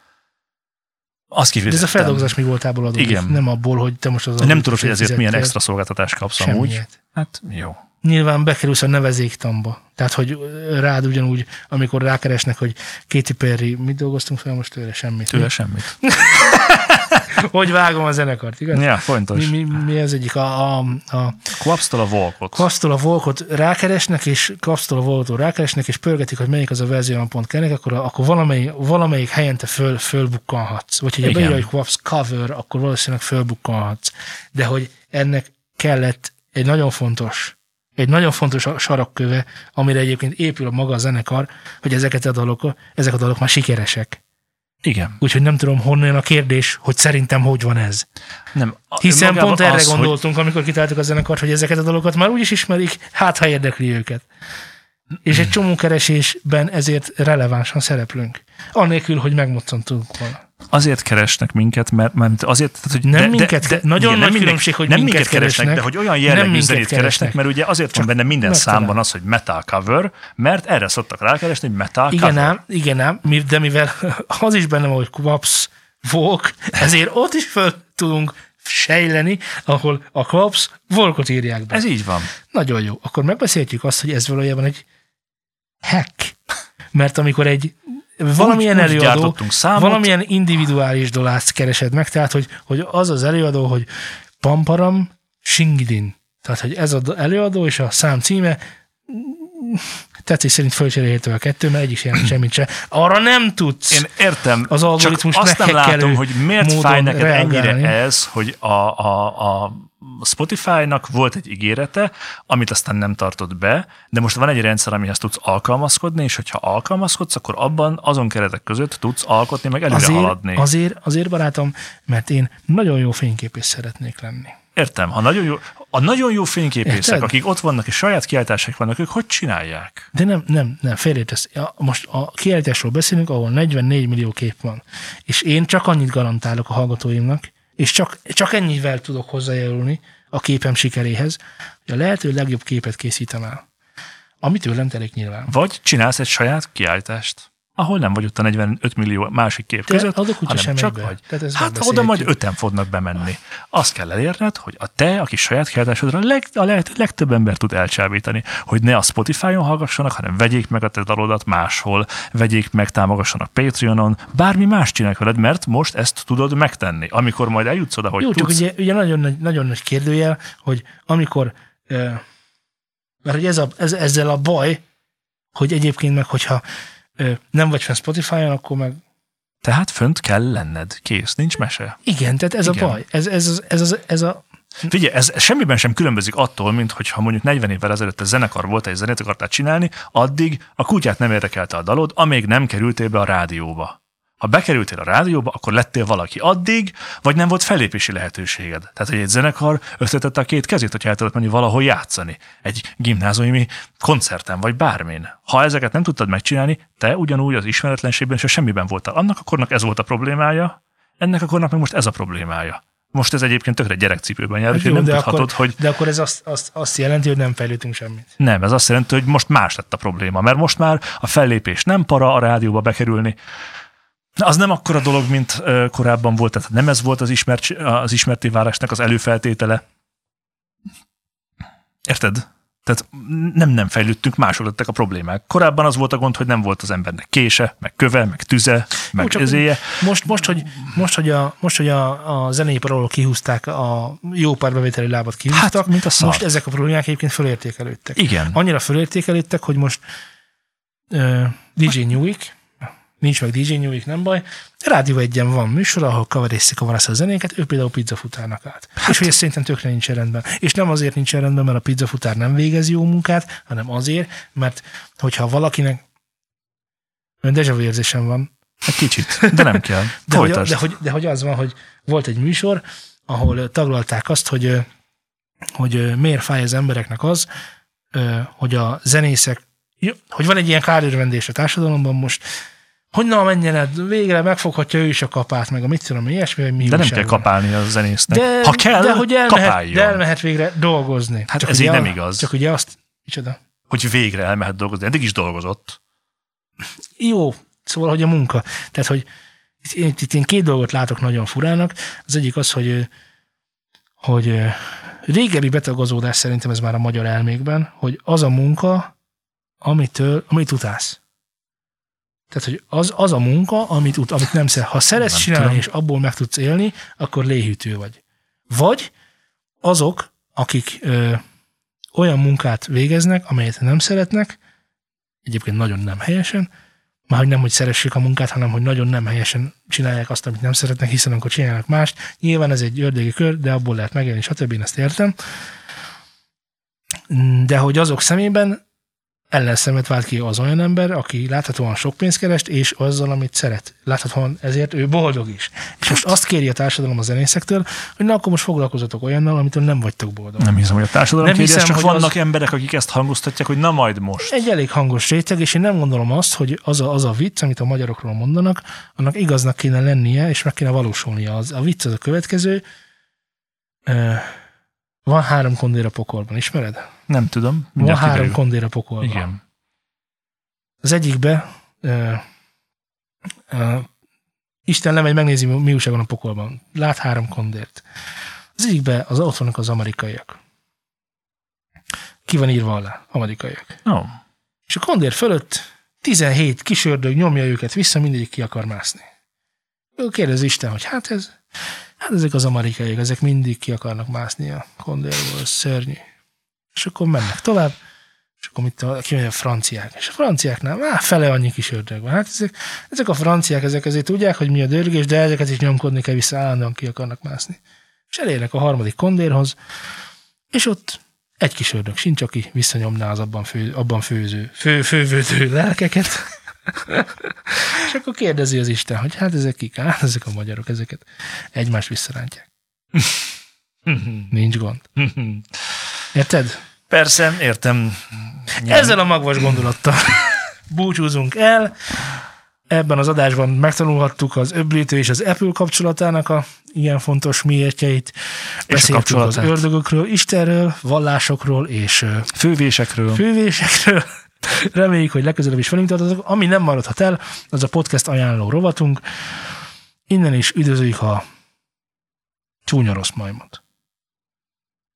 A: azt
B: De ez
A: kifizettem.
B: a feldolgozás mi voltából adódik,
A: Igen.
B: nem abból, hogy te most az
A: Nem
B: adót
A: tudod, hogy ezért milyen
B: fizettél.
A: extra szolgáltatást kapsz amúgy.
B: Semmiet.
A: Hát jó.
B: nyilván bekerülsz a nevezéktamba. Tehát, hogy rád ugyanúgy, amikor rákeresnek, hogy Katy Perry, mit dolgoztunk fel most tőle? Semmit.
A: Tőle semmit.
B: Hogy vágom a zenekart, igaz?
A: Ja,
B: Mi,
A: fontos.
B: mi, mi az egyik? A, a, a
A: Quapstól a Volkot.
B: kapsztól a volkot rákeresnek, és kapsztól a volkot rákeresnek, és pörgetik, hogy melyik az a verzió, amin pont kellene, akkor, akkor valamelyik, valamelyik helyente föl, fölbukkanhatsz. Vagy hogyha
A: Igen.
B: beírja, hogy Quaps cover, akkor valószínűleg fölbukkanhatsz. De hogy ennek kellett egy nagyon fontos egy nagyon fontos a- sarokköve, amire egyébként épül a maga a zenekar, hogy ezeket a dalok, ezek a dalok már sikeresek.
A: Igen.
B: Úgyhogy nem tudom honnan jön a kérdés, hogy szerintem hogy van ez.
A: Nem, a-
B: Hiszen
A: magában
B: pont erre
A: az, hogy-
B: gondoltunk, amikor kitaláltuk a zenekart, hogy ezeket a dolgokat már úgyis ismerik, hát ha érdekli őket. És egy csomó keresésben ezért relevánsan szereplünk. Anélkül, hogy megmoccantunk volna.
A: azért keresnek minket, mert, mert azért, tehát, hogy
B: Nem minket ke- nagyon nagy különbség, hogy
A: nem
B: minket
A: minket keresnek,
B: keresnek,
A: de hogy olyan
B: nem
A: jellegű
B: minket
A: zenét keresnek,
B: keresnek.
A: mert ugye azért van benne minden
B: megtalál.
A: számban az, hogy metal cover, mert erre szoktak rákeresni, hogy metal
B: Igen
A: cover.
B: ám, igen ám, mi- de mivel az is benne van, hogy Quaps Volk, ezért ott is föl tudunk sejleni, ahol a Quaps Volkot írják be.
A: Ez így van.
B: Nagyon jó. Akkor megbeszélhetjük azt, hogy ez valójában egy hack. Mert amikor egy valamilyen
A: úgy
B: előadó,
A: gyártottunk számot.
B: valamilyen individuális dolászt keresed meg, tehát hogy, hogy az az előadó, hogy Pamparam Singidin. Tehát, hogy ez az előadó és a szám címe mm, tetszés szerint fölcserélhető a kettő, mert egyik sem jelent semmit se. Arra nem tudsz.
A: Én értem,
B: Az
A: csak
B: algoritmus
A: azt nem
B: meghekkelő
A: látom, hogy miért
B: módon
A: fáj neked
B: reagálni.
A: ennyire ez, hogy a, a, a Spotify-nak volt egy ígérete, amit aztán nem tartott be, de most van egy rendszer, amihez tudsz alkalmazkodni, és hogyha alkalmazkodsz, akkor abban azon keretek között tudsz alkotni, meg előre
B: azért,
A: haladni.
B: azért, azért, barátom, mert én nagyon jó fényképész szeretnék lenni.
A: Értem, ha nagyon jó, a nagyon jó fényképészek,
B: Érted?
A: akik ott vannak és saját kiáltásaik vannak, ők hogy csinálják?
B: De nem, nem, nem, félértesz. Ja, Most a kiállításról beszélünk, ahol 44 millió kép van. És én csak annyit garantálok a hallgatóimnak, és csak, csak ennyivel tudok hozzájárulni a képem sikeréhez, hogy a lehető legjobb képet készítem el. Amit tőlem telik nyilván.
A: Vagy csinálsz egy saját kiállítást, ahol nem vagy ott a 45 millió másik kép
B: De
A: között,
B: adok úgy, hogy
A: hanem
B: sem
A: csak
B: megy be.
A: vagy.
B: Tehát ezt
A: hát
B: megbeszéljük.
A: oda majd öten fognak bemenni. Azt kell elérned, hogy a te, aki saját kiállításodra leg, a lehető legtöbb ember tud elcsábítani, hogy ne a Spotify-on hallgassanak, hanem vegyék meg a te dalodat máshol, vegyék meg, támogassanak Patreonon, bármi más csinálják veled, mert most ezt tudod megtenni. Amikor majd eljutsz oda, hogy
B: Jó, csak
A: tudsz,
B: ugye, ugye nagyon, nagy, nagyon nagy kérdőjel, hogy amikor, ö, mert hogy ez a, ez, ezzel a baj, hogy egyébként meg, hogyha ö, nem vagy fenn Spotify-on, akkor meg
A: tehát fönt kell lenned, kész, nincs mese.
B: Igen, tehát ez Igen.
A: Igen.
B: a baj. Ez, ez, az- ez, ez, ez a
A: Figyelj, ez semmiben sem különbözik attól, mint hogyha mondjuk 40 évvel ezelőtt a zenekar volt, egy zenét akartál csinálni, addig a kutyát nem érdekelte a dalod, amíg nem kerültél be a rádióba. Ha bekerültél a rádióba, akkor lettél valaki addig, vagy nem volt fellépési lehetőséged. Tehát, hogy egy zenekar összetette a két kezét, hogyha el tudod menni valahol játszani. Egy gimnáziumi koncerten, vagy bármin. Ha ezeket nem tudtad megcsinálni, te ugyanúgy az ismeretlenségben és semmiben voltál. Annak akkornak ez volt a problémája, ennek akkornak meg most ez a problémája. Most ez egyébként tökre gyerekcipőben jár,
B: Hát
A: úgyhogy
B: jó,
A: nem
B: de
A: tudhatod,
B: akkor,
A: hogy
B: de akkor ez azt, azt, azt jelenti, hogy nem fejlődtünk semmit.
A: nem, ez azt jelenti, hogy most más lett a probléma, mert most már a fellépés nem para a rádióba bekerülni. Na, Az nem akkora dolog, mint ö, korábban volt, tehát nem ez volt az, ismert, az ismerté válásnak az előfeltétele. Érted? Tehát nem nem fejlődtünk, máshol lettek a problémák. Korábban az volt a gond, hogy nem volt az embernek kése, meg köve, meg tüze, meg
B: csak-
A: ezéje.
B: Most, most, hogy, most, hogy a, most, hogy a, a zeneiparról kihúzták, a jó pár bevételi lábat kihúztak,
A: Hát, mint a szar.
B: most ezek a problémák egyébként fölértékelődtek.
A: Igen.
B: Annyira fölértékelődtek, hogy most uh, DJ Newick, nincs meg DJ Newick, nem baj, Rádió egyen van műsor, ahol kaverészik a varász a zenéket, ő például pizzafutának állt. Hát. És hogy ez szerintem tökre nincs rendben. És nem azért nincs rendben, mert a pizzafutár nem végez jó munkát, hanem azért, mert hogyha valakinek olyan dejavú érzésem van,
A: Egy kicsit, de nem kell.
B: de hogy,
A: Folytasd.
B: de, hogy, de hogy az van, hogy volt egy műsor, ahol ö, taglalták azt, hogy, ö, hogy ö, miért fáj az embereknek az, ö, hogy a zenészek, jó, hogy van egy ilyen kárőrvendés a társadalomban most, hogy na menjen el, végre megfoghatja ő is a kapát, meg a mit tudom, ilyesmi, vagy mi
A: De nem
B: újság
A: kell
B: van.
A: kapálni a zenésznek.
B: De,
A: ha kell,
B: de hogy elmehet,
A: kapáljon.
B: de elmehet végre dolgozni.
A: Hát
B: Csak
A: ez
B: ugye
A: így nem
B: a-
A: igaz.
B: Csak ugye azt, micsoda?
A: hogy végre elmehet dolgozni. Eddig is dolgozott.
B: jó, szóval, hogy a munka. Tehát, hogy itt- itt, itt én két dolgot látok nagyon furának. Az egyik az, hogy ö, hogy ö, régebbi betagozódás szerintem ez már a magyar elmékben, hogy az a munka, amitől, amit utálsz. Tehát, hogy az, az a munka, amit, ut, amit nem szeret. Ha szeretsz
A: Nem
B: csinálni,
A: tudom.
B: és abból meg tudsz élni, akkor léhűtő vagy. Vagy azok, akik ö, olyan munkát végeznek, amelyet nem szeretnek, egyébként nagyon nem helyesen, már hogy nem, hogy szeressék a munkát, hanem hogy nagyon nem helyesen csinálják azt, amit nem szeretnek, hiszen amikor csinálnak mást, nyilván ez egy ördögi kör, de abból lehet megélni, stb. Én ezt értem. De hogy azok szemében ellenszemet vált ki az olyan ember, aki láthatóan sok pénzt kerest, és azzal, amit szeret. Láthatóan ezért ő boldog is. És most azt kéri a társadalom a zenészektől, hogy na akkor most foglalkozatok olyannal, amitől nem vagytok boldog.
A: Nem hiszem, hogy a társadalom
B: Nem
A: nem hiszem,
B: hiszem,
A: csak
B: hogy
A: vannak
B: az-
A: emberek, akik ezt hangoztatják, hogy na majd most.
B: Egy elég hangos réteg, és én nem gondolom azt, hogy az a, az a vicc, amit a magyarokról mondanak, annak igaznak kéne lennie, és meg kéne valósulnia. Az, a vicc az a következő. Ö, van három kondér a pokolban, ismered?
A: Nem tudom.
B: Van
A: Mindjárt
B: három
A: kiderül.
B: kondér a pokolban.
A: Igen.
B: Az egyikbe ö, ö, Isten lemegy, megnézi, mi- mi újság van a pokolban. Lát három kondért. Az egyikbe az, ott vannak az amerikaiak. Ki van írva alá? Amerikaiak.
A: No.
B: És a kondér fölött 17 kisördög nyomja őket vissza, mindegyik ki akar mászni. Ő kérdezi Isten, hogy hát ez, hát ezek az amerikaiak, ezek mindig ki akarnak mászni a kondérból, ez szörnyű. És akkor mennek tovább, és akkor mit a, kimegy a franciák. És a franciáknál már fele annyi kis ördög van. Hát ezek, ezek a franciák, ezek azért tudják, hogy mi a dörgés, de ezeket is nyomkodni kell vissza, állandóan ki akarnak mászni. És elérnek a harmadik kondérhoz, és ott egy kis ördög sincs, aki visszanyomná az abban, fő, abban főző, fő, fővődő lelkeket. és akkor kérdezi az Isten, hogy hát ezek kik? Hát ezek a magyarok, ezeket egymást visszarántják. Nincs gond. Érted?
A: Persze, értem. Nyilván.
B: Ezzel a magvas gondolattal búcsúzunk el. Ebben az adásban megtanulhattuk az öblítő és az Apple kapcsolatának a ilyen fontos miértjeit. Beszéltünk az
A: kapcsolatát.
B: ördögökről, Istenről, vallásokról és ö,
A: Fővésekről.
B: fővésekről. Reméljük, hogy legközelebb is velünk tartotok. Ami nem maradhat el, az a podcast ajánló rovatunk. Innen is üdvözöljük a csúnya rossz majmot.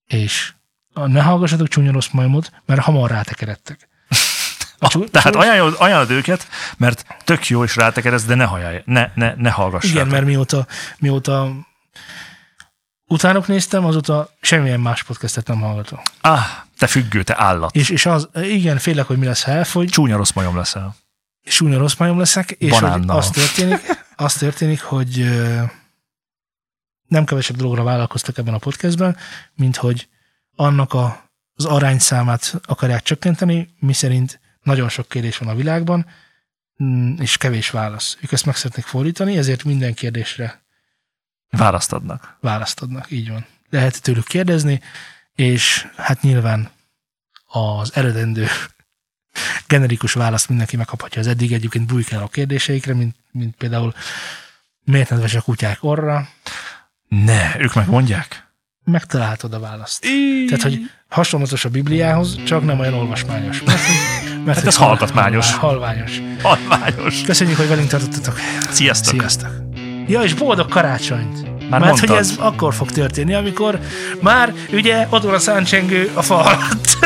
B: És a- ne hallgassatok csúnya rossz majmot, mert hamar rátekeredtek. A csú-
A: Ah, Tehát
B: csú-
A: ajánlod, ajánlod őket, mert tök jó és rátekeresz, de ne, hajálj, ne, ne, ne hallgassák.
B: Igen, mert mióta, mióta utánok néztem, azóta semmilyen más podcastet nem hallgatom.
A: Ah, te függő, te állat.
B: És, és az, igen, félek, hogy mi lesz, ha elfogy,
A: Csúnya rossz majom leszel.
B: súnya rossz majom leszek, és
A: Banánnal.
B: hogy az történik, az történik, hogy ö, nem kevesebb dologra vállalkoztak ebben a podcastben, mint hogy annak a, az arányszámát akarják csökkenteni, miszerint nagyon sok kérdés van a világban, mm, és kevés válasz. Ők ezt meg szeretnék fordítani, ezért minden kérdésre
A: Választ adnak.
B: választ adnak, így van. Lehet tőlük kérdezni, és hát nyilván az eredendő generikus választ mindenki megkaphatja az eddig egyébként bujkáló kérdéseikre, mint, mint például miért nedves a kutyák orra,
A: Ne, ők megmondják.
B: megtalálhatod a választ. Tehát, hogy hasonlatos a Bibliához, csak nem olyan olvasmányos. Mert, mert hát
A: ez hallgatmányos.
B: Halványos.
A: Halványos.
B: Köszönjük, hogy velünk tartottatok.
A: Sziasztok.
B: Sziasztok. Ja, és boldog karácsonyt.
A: Már
B: Mert
A: mondtad.
B: hogy ez akkor fog történni, amikor már ugye ott van a száncsengő a fa alatt.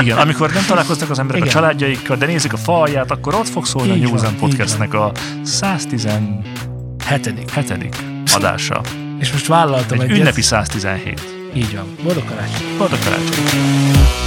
A: Igen, amikor nem találkoztak az emberek a
B: Igen.
A: családjaikkal, de nézik a falját, akkor ott fog szólni
B: Így
A: a
B: van,
A: Newzen
B: így
A: Podcastnek a 117.
B: Hetedik.
A: adása.
B: És most vállaltam
A: Egy
B: egyet.
A: ünnepi 117.
B: Így van. Boldog karácsony.
A: Boldog karácsonyt!